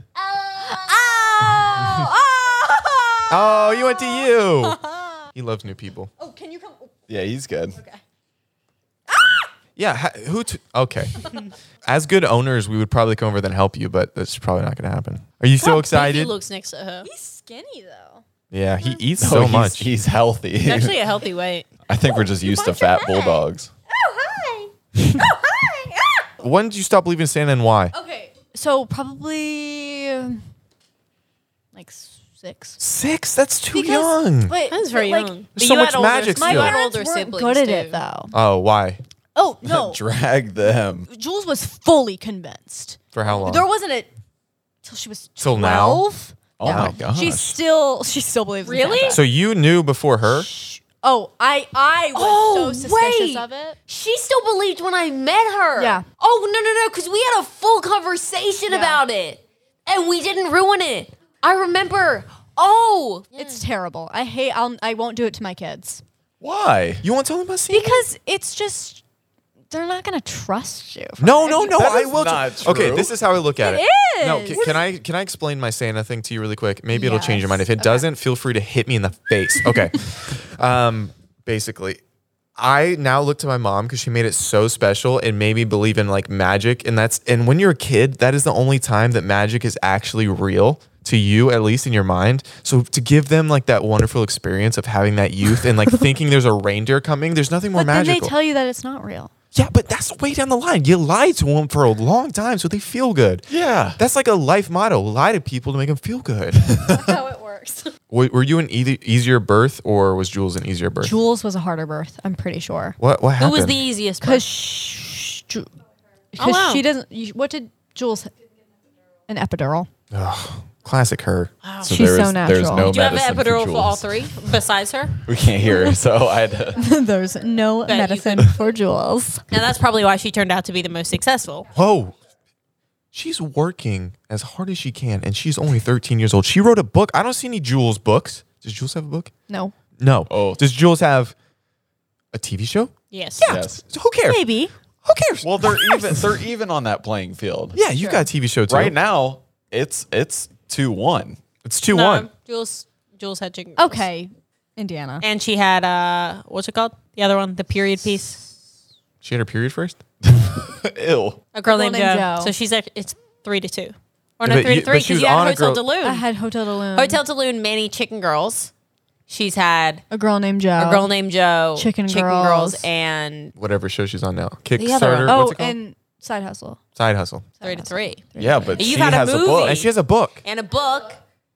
B: Oh! oh!
A: Oh, you went to you. he loves new people.
B: Oh, can you come?
E: Yeah, he's good.
A: Yeah. ha- Who? T- okay. As good owners, we would probably come over then help you, but that's probably not going to happen. Are you still
C: He
A: excited?
C: looks next to her.
B: He's skinny though.
A: yeah, he eats
E: No,
A: so
E: he's-
A: much.
E: He's healthy.
C: He's actually a healthy weight.
E: I think we're just used to
B: your
E: fat
B: hat.
E: bulldogs.
B: Oh hi. oh hi.
A: when did you stop believing in Santa and why?
B: Okay, so probably um, like six.
A: Six? That's too
B: Because-
A: young.
B: But
C: That's very
B: but, like,
C: young.
A: There's so
C: you
A: much
C: had older-
A: magic
C: My
A: still.
C: you had
B: parents
C: older
B: weren't
C: siblings
B: good at
C: too.
B: it though.
A: oh, why?
B: Oh no,
E: Drag them.
B: Jules was fully convinced.
A: For how long?
B: There wasn't a till she was
A: Till now?
B: twelve.
E: Oh my
B: god,
E: gosh.
B: She still she still believes. in
C: Really?
B: Santa.
A: so you knew before her?
B: Oh, I I was
C: Oh,
B: so suspicious
C: wait.
B: of it.
C: She still believed when I met her.
B: Yeah.
C: Oh no no no! Because we had a full conversation
B: Yeah.
C: about it, and we didn't ruin it. I remember. Oh,
B: It's terrible. I hate. I'll I won't do it to my kids
E: Why?
A: You won't tell them about Santa?
B: because it's just they're not gonna trust you.
A: No, no, no.
E: That
A: I
E: is
A: will.
E: not
A: t- Okay,
E: true.
A: this is how I look at it.
B: is.
A: No, ca- can I can I explain my Santa thing to you really quick? Maybe it'll change your
B: Yes.
A: mind. If it doesn't, feel free to hit me in the face. Okay. um, basically, I now look to my mom because she made it so special and made me believe in like magic. And that's and when you're a kid, that is the only time that magic is actually real to you, at least in your mind. So to give them like that wonderful experience of having that youth and like thinking there's a reindeer coming, there's nothing more
B: But
A: magical.
B: then they tell you that it's not real.
A: Yeah, but that's way down the line. You lie to them for a long time so they feel good.
E: Yeah.
A: That's like a life motto lie to people to make them feel good.
B: How it works.
A: were, were you an eith- easier birth or was Jules an easier birth?
B: Jules was a harder birth. I'm pretty sure.
A: what, what
C: who
A: happened?
C: was the easiest?
B: Because she,
C: Oh, wow.
B: she doesn't. you- What did Jules? An epidural.
A: Classic her.
E: So
B: She's
E: there
B: so
E: is- There's
B: natural.
E: no
B: Did
C: Do you have an
E: medicine
C: epidural for all
E: Jules.
C: three besides her?
E: We can't hear her, so I had to.
B: There's no
C: Bet you
B: medicine for Jules.
C: And that's probably why she turned out to be the most successful.
A: Whoa. She's working as hard as she can and she's only 13 years old. She wrote a book. I don't see any Jules books. Does Jules have a book?
B: No.
A: No.
E: Oh.
A: Does Jules have a TV show?
C: Yes.
E: Yes.
A: So who cares?
B: Maybe.
A: Who cares?
E: Well, they're even. They're even on that playing field.
A: yeah, you got a TV show too.
E: Right now, it's it's two one.
A: It's 2
C: No,
A: 1.
C: Jules. Jules had chicken. girls.
B: Okay. Indiana.
C: And she had uh, what's it called? The other one, the period piece.
A: She had her period first?
E: Ew.
C: A girl,
B: Girl
C: named,
B: named
C: Joe.
B: Joe.
C: So she's like, it's three to two, Or no,
A: But
C: three
A: you-
C: to three
A: but she was
C: because you had
A: on a
C: Hotel
A: girl-
C: Duluth.
B: I had Hotel Duluth.
C: Hotel Duluth, many chicken girls. She's had
B: A girl named Joe.
C: a girl named Joe,
B: Chicken
C: girls.
B: Girls.
C: and
A: Whatever show she's on now,
C: other
A: Kickstarter.
C: one.
B: Oh,
A: what's it called?
B: and Side Hustle.
A: Side Hustle.
C: three to three.
E: Yeah, but
C: You've
E: she
C: had a
E: has a,
C: movie.
E: book.
A: And she has a book.
C: And a book.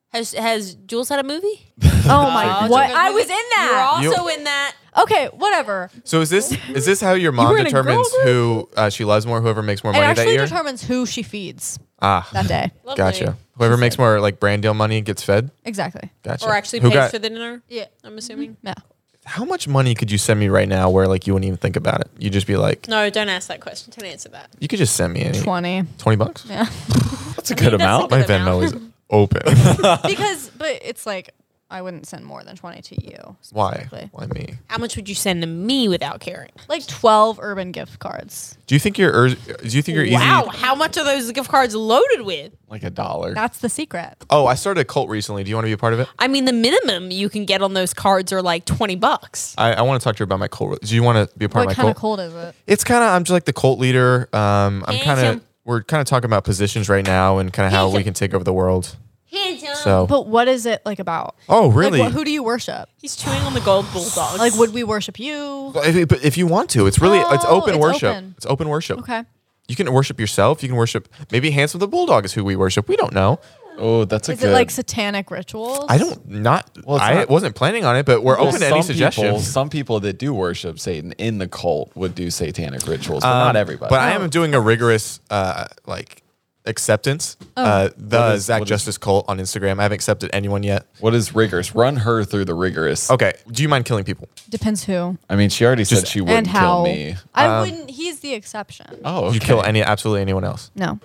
C: Has has Jules had a movie?
B: Oh my!
C: Oh,
B: What?
C: Jules had a
B: I was
C: movie.
B: in that.
C: You were also
A: You-
C: in that.
B: okay, whatever.
A: So is this is this how your mom
B: were in a girl
A: determines who uh, she loves more? Whoever makes more
B: It
A: money that
B: actually
A: year.
B: determines who she feeds
A: ah,
B: that day.
C: Lovely.
A: gotcha. Whoever makes more like brand deal money gets fed.
B: exactly.
A: Gotcha.
C: Or actually
A: Who
C: pays
A: got-
C: for the dinner.
B: Yeah.
C: I'm assuming.
B: No.
A: How much money could you send me right now where like you wouldn't even think about it? You just be like,
C: No, don't ask that question. Don't answer that.
A: you could just send me any
B: Twenty.
A: 20 bucks.
B: Yeah.
E: That's a good
C: that's a
E: amount.
A: My
C: Good amount.
A: Venmo is open.
B: because, but it's like I wouldn't send more than twenty to you.
A: Why?
B: specifically.
A: Why me?
C: How much would you send to me without caring?
B: Like twelve urban gift cards.
A: Do you think you're ur- do you think you're easy?
C: Wow, how much are those gift cards loaded with?
E: like a dollar.
B: That's the secret.
A: Oh, I started a cult recently. Do you want to be a part of it?
C: I mean, the minimum you can get on those cards are like 20 bucks.
A: I, I want to talk to you about my cult. Do you want to be a part
B: what
A: of my
B: kind of
A: cult?
B: cold is it?
A: It's kind of I'm just like the cult leader. Um, I'm kind
C: Handsome.
A: of we're kind of talking about positions right now and kind of how we can take over the world. So
B: Um, But what is it like about?
A: oh really?
B: Like, wh- who do you worship?
C: He's chewing on the gold bulldogs.
B: Like, would we worship you?
A: Well, if, but if you want to, it's really it's
B: Oh,
A: open
B: it's
A: worship.
B: open.
A: It's open worship.
B: Okay.
A: You can worship yourself. You can worship maybe handsome the bulldog is who we worship. We don't know.
E: oh, that's a
B: Is
E: good.
B: it like satanic rituals?
A: I don't not.
E: Well, it's
A: I
E: not-
A: wasn't planning on it, but we're open to any
E: People,
A: suggestions.
E: some people that do worship Satan in the cult would do satanic rituals, but not
A: Um,
E: everybody.
A: But I
B: Oh.
A: am doing a rigorous uh, like acceptance.
B: Oh.
A: Uh, the
E: What is-
A: Zach
E: what is-
A: Justice cult on Instagram. I haven't accepted anyone yet.
E: what is rigorous? Run her through the rigorous.
A: Okay. Do you mind killing people?
B: Depends who
E: I mean, she already said
A: Just-
E: she
B: and
E: wouldn't
B: how.
E: kill me.
B: I wouldn't. He's the exception.
E: Oh, okay.
A: You kill any absolutely anyone else.
B: No.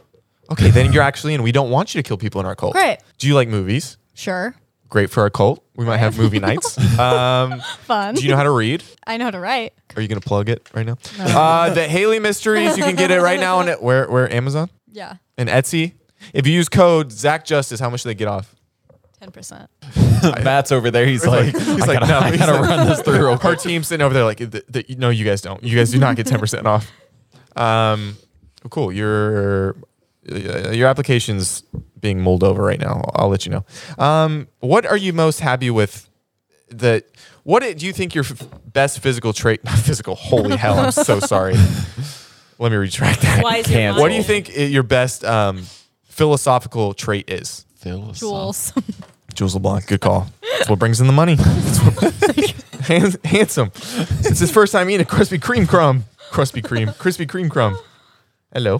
A: Okay, then you're actually in. We don't want you to kill people in our cult.
B: Great.
A: Do you like movies?
B: Sure.
A: Great for our cult. We might have movie nights. Um,
B: Fun.
A: do you know how to read?
B: I know how to write.
A: Are you gonna plug it right now? Uh, the Haley Mysteries. You can get it right now on it. Where where Amazon
B: Yeah.
A: and Etsy. If you use code Zach Justice, how much do they get off?
B: Ten percent.
E: Matt's over there. He's like,
A: He's
E: I
A: like,
E: gotta,
A: no,
E: I
A: he's
E: gotta
A: like-
E: run this through real quick.
A: Our team sitting over there like, "Th- th- no, you guys don't. You guys do not get ten percent off. Um, cool. Your uh, your application's being mulled over right now. I'll, I'll let you know. Um, what are you most happy with? That what do you think your f- best physical trait? Not physical. Holy hell! I'm so sorry. Let me retract that.
C: Why is
E: Can't.
C: it mine?
A: What do you think i- your best um, philosophical trait is?
B: Jules.
A: Jules LeBlanc, good call. That's what brings in the money. That's what- Hand- handsome. It's his first time eating a Krispy Kreme crumb. Krispy Kreme. Krispy Kreme crumb. Hello.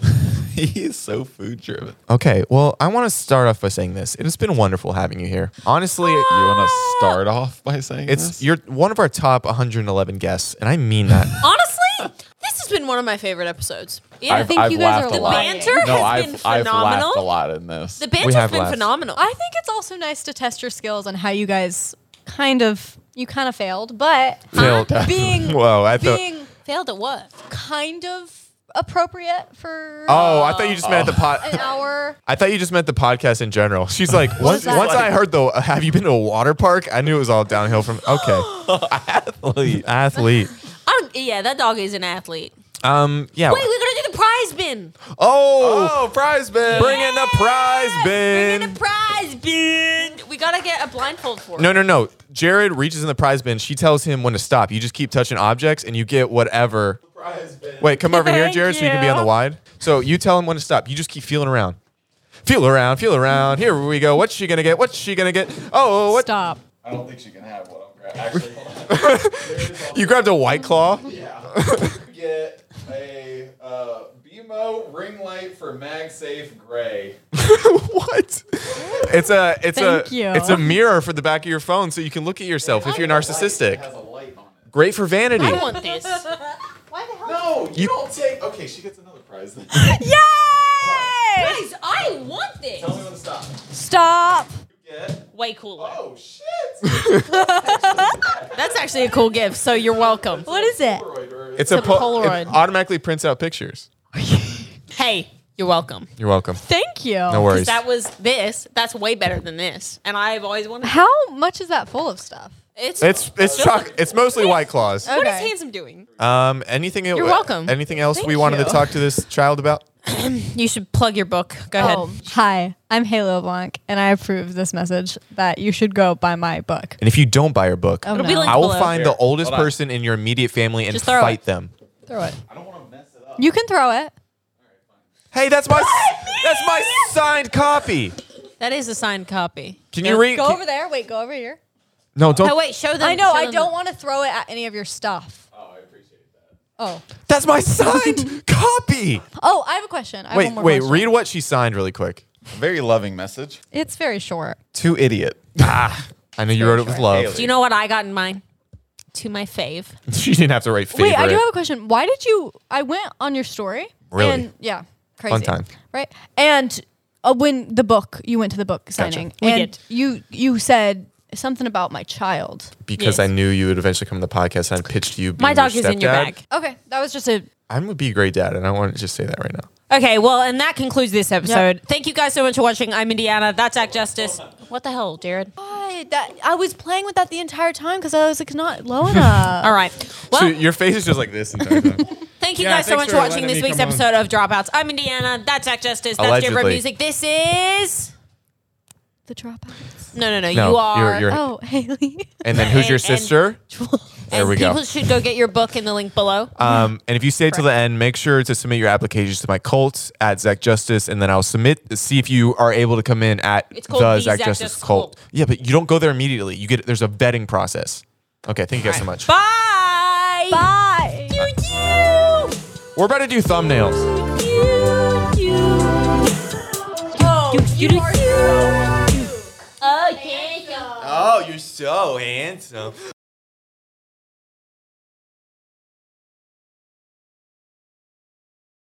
E: He is so food driven.
A: Okay. Well, I want to start off by saying this. It has been wonderful having you here. Honestly, Ah!
E: You want to start off by saying
A: it's
E: this?
A: you're one of our top 111 guests, and I mean that.
C: Honestly, this has been one of my favorite episodes. Yeah.
B: I think you guys are
E: a lot.
B: lying.
C: The banter
E: no,
C: has
E: I've,
C: been
E: I've laughed a
C: phenomenal.
E: lot in this.
C: the
A: We
C: banter's
A: have
C: been
A: laughs.
C: phenomenal.
B: I think it's also nice to test your skills on how you guys kind of you kind of failed, but
A: Failed.
B: being
A: Whoa, I thought.
B: being
C: failed at what?
B: kind of appropriate for
A: Oh, I thought you just meant the
E: Oh.
B: an
A: pot.
B: hour.
A: I thought you just meant the podcast in general. She's like, once,
B: was that?
A: once I heard the "Have you been to a water park?" I knew it was all downhill from. Okay,
E: Athlete.
A: athlete.
C: I don't, yeah, that dog is an athlete.
A: Um, yeah.
C: Wait, we're gonna do the prize bin.
A: Oh,
E: Oh, prize bin.
A: Bring in the prize
C: Bring in
A: bin.
C: the prize bin. We gotta get a blindfold for it.
A: No, no, no. Jared reaches in the prize bin. She tells him when to stop. You just keep touching objects and you get whatever. Wait, come over here,
C: Thank
A: Jared, so you can be on the
C: you.
A: wide. So you tell him when to stop. You just keep feeling around. Feel around, feel around. Here we go. What's she gonna get? What's she gonna get? Oh, what?
B: Stop.
E: I don't think she can have one. Actually, hold on.
A: You grabbed a white claw.
E: Get a uh, BMO ring light for MagSafe Gray.
A: what? It's a, it's a,
B: Thank you.
A: it's a mirror for the back of your phone, so you can look at yourself if you're narcissistic. Great for vanity.
C: I want this.
E: No, you, don't take. Okay, she gets another prize. Then.
C: Guys, I want this.
E: stop.
B: Stop.
C: Way cooler.
E: Oh shit!
C: That's actually a cool gift. So you're welcome.
B: What is it?
A: It's a
C: a
A: po- it
C: Polaroid.
A: automatically prints out pictures.
C: Hey, you're welcome.
A: You're welcome.
B: Thank you.
A: No worries.
C: That was this. That's way better than this. And I've always wanted.
B: How much is that full of stuff?
C: It's
A: It's it's choc- it's mostly white claws.
C: What is
B: Okay.
C: handsome doing?
A: Um, anything?
C: You're welcome.
A: Anything else we
B: Thank
A: wanted
B: you.
A: to talk to this child about?
C: You should plug your book. Go
B: Oh,
C: ahead.
B: hi, I'm Halo Blanc, and I approve this message that you should go buy my book.
A: And if you don't buy her book,
B: Oh,
C: It'll
B: no.
C: be linked
A: I will
C: below.
A: find
E: Here,
A: the oldest
E: hold on.
A: person in your immediate family and
C: Just throw
A: fight
C: it.
A: them.
B: Throw it. I don't want to mess it up. You can throw it.
A: Hey, that's my that's my signed copy.
C: That is a signed copy.
A: Can you read?
B: Go
A: can-
B: over there. Wait, go over here.
A: No, don't.
C: Oh wait, show them.
B: I know.
C: show
B: I
C: them
B: don't want to throw it at any of your stuff. Oh,
A: That's my signed copy.
B: oh, I have a question. I have
A: Wait,
B: one more
A: wait.
B: question.
A: Read what she signed really quick.
E: Very loving message.
B: It's very short.
E: Too idiot.
A: Ah, I know you wrote it with love.
E: Haley.
C: Do you know what I got in mine? To my fave.
A: She didn't have to write favorite.
B: Wait, I do have a question. Why did you? I went on your story.
A: Really?
B: And, yeah, crazy.
A: time.
B: Right, and uh, when the book, you went to the book signing,
C: We
B: and
C: did.
B: you you said something about my child.
A: because
C: Yes.
A: I knew you would eventually come to the podcast and I pitched you.
C: My
A: being your
C: dog is in your
A: stepdad.
C: bag.
B: Okay, that was just a
A: I'm gonna be a great dad, and I want to just say that right now.
C: Okay, well, and that concludes this episode. Thank you guys so much for watching. I'm Indiana. That's Act Justice. What the hell, Jared?
B: I, that I was playing with that the entire time because I was like, not Lona.
C: All right. Well,
A: so your face is just like this. entire time.
C: thank you
A: Yeah,
C: guys so
A: thanks
C: much for
A: for
C: watching
A: letting
C: this
A: me
C: week's
A: come
C: episode of Dropouts. I'm Indiana. That's Act Justice. That's Jared
A: Allegedly.
C: Music. This is.
B: the dropouts.
C: No, no, no.
A: No,
C: you are.
A: you're- you're-
B: Oh, Haley.
A: and then who's your
C: And- and-
A: sister? there
C: and
A: we go.
C: People should go get your book in the link below.
A: Um, and if you stay till the end, make sure to submit your applications to my cult at Zach Justice, and then I'll submit see if you are able to come in at
C: It's called
A: the
C: the
A: Zach
C: Zach
A: Justice,
C: Justice
A: cult.
C: cult.
A: Yeah, but you don't go there immediately. You get there's a vetting process. Okay, thank you guys so much.
C: Bye.
B: Bye.
A: We're about to do thumbnails.
B: Oh, you are so-
C: Okay.
A: Oh, you're so handsome.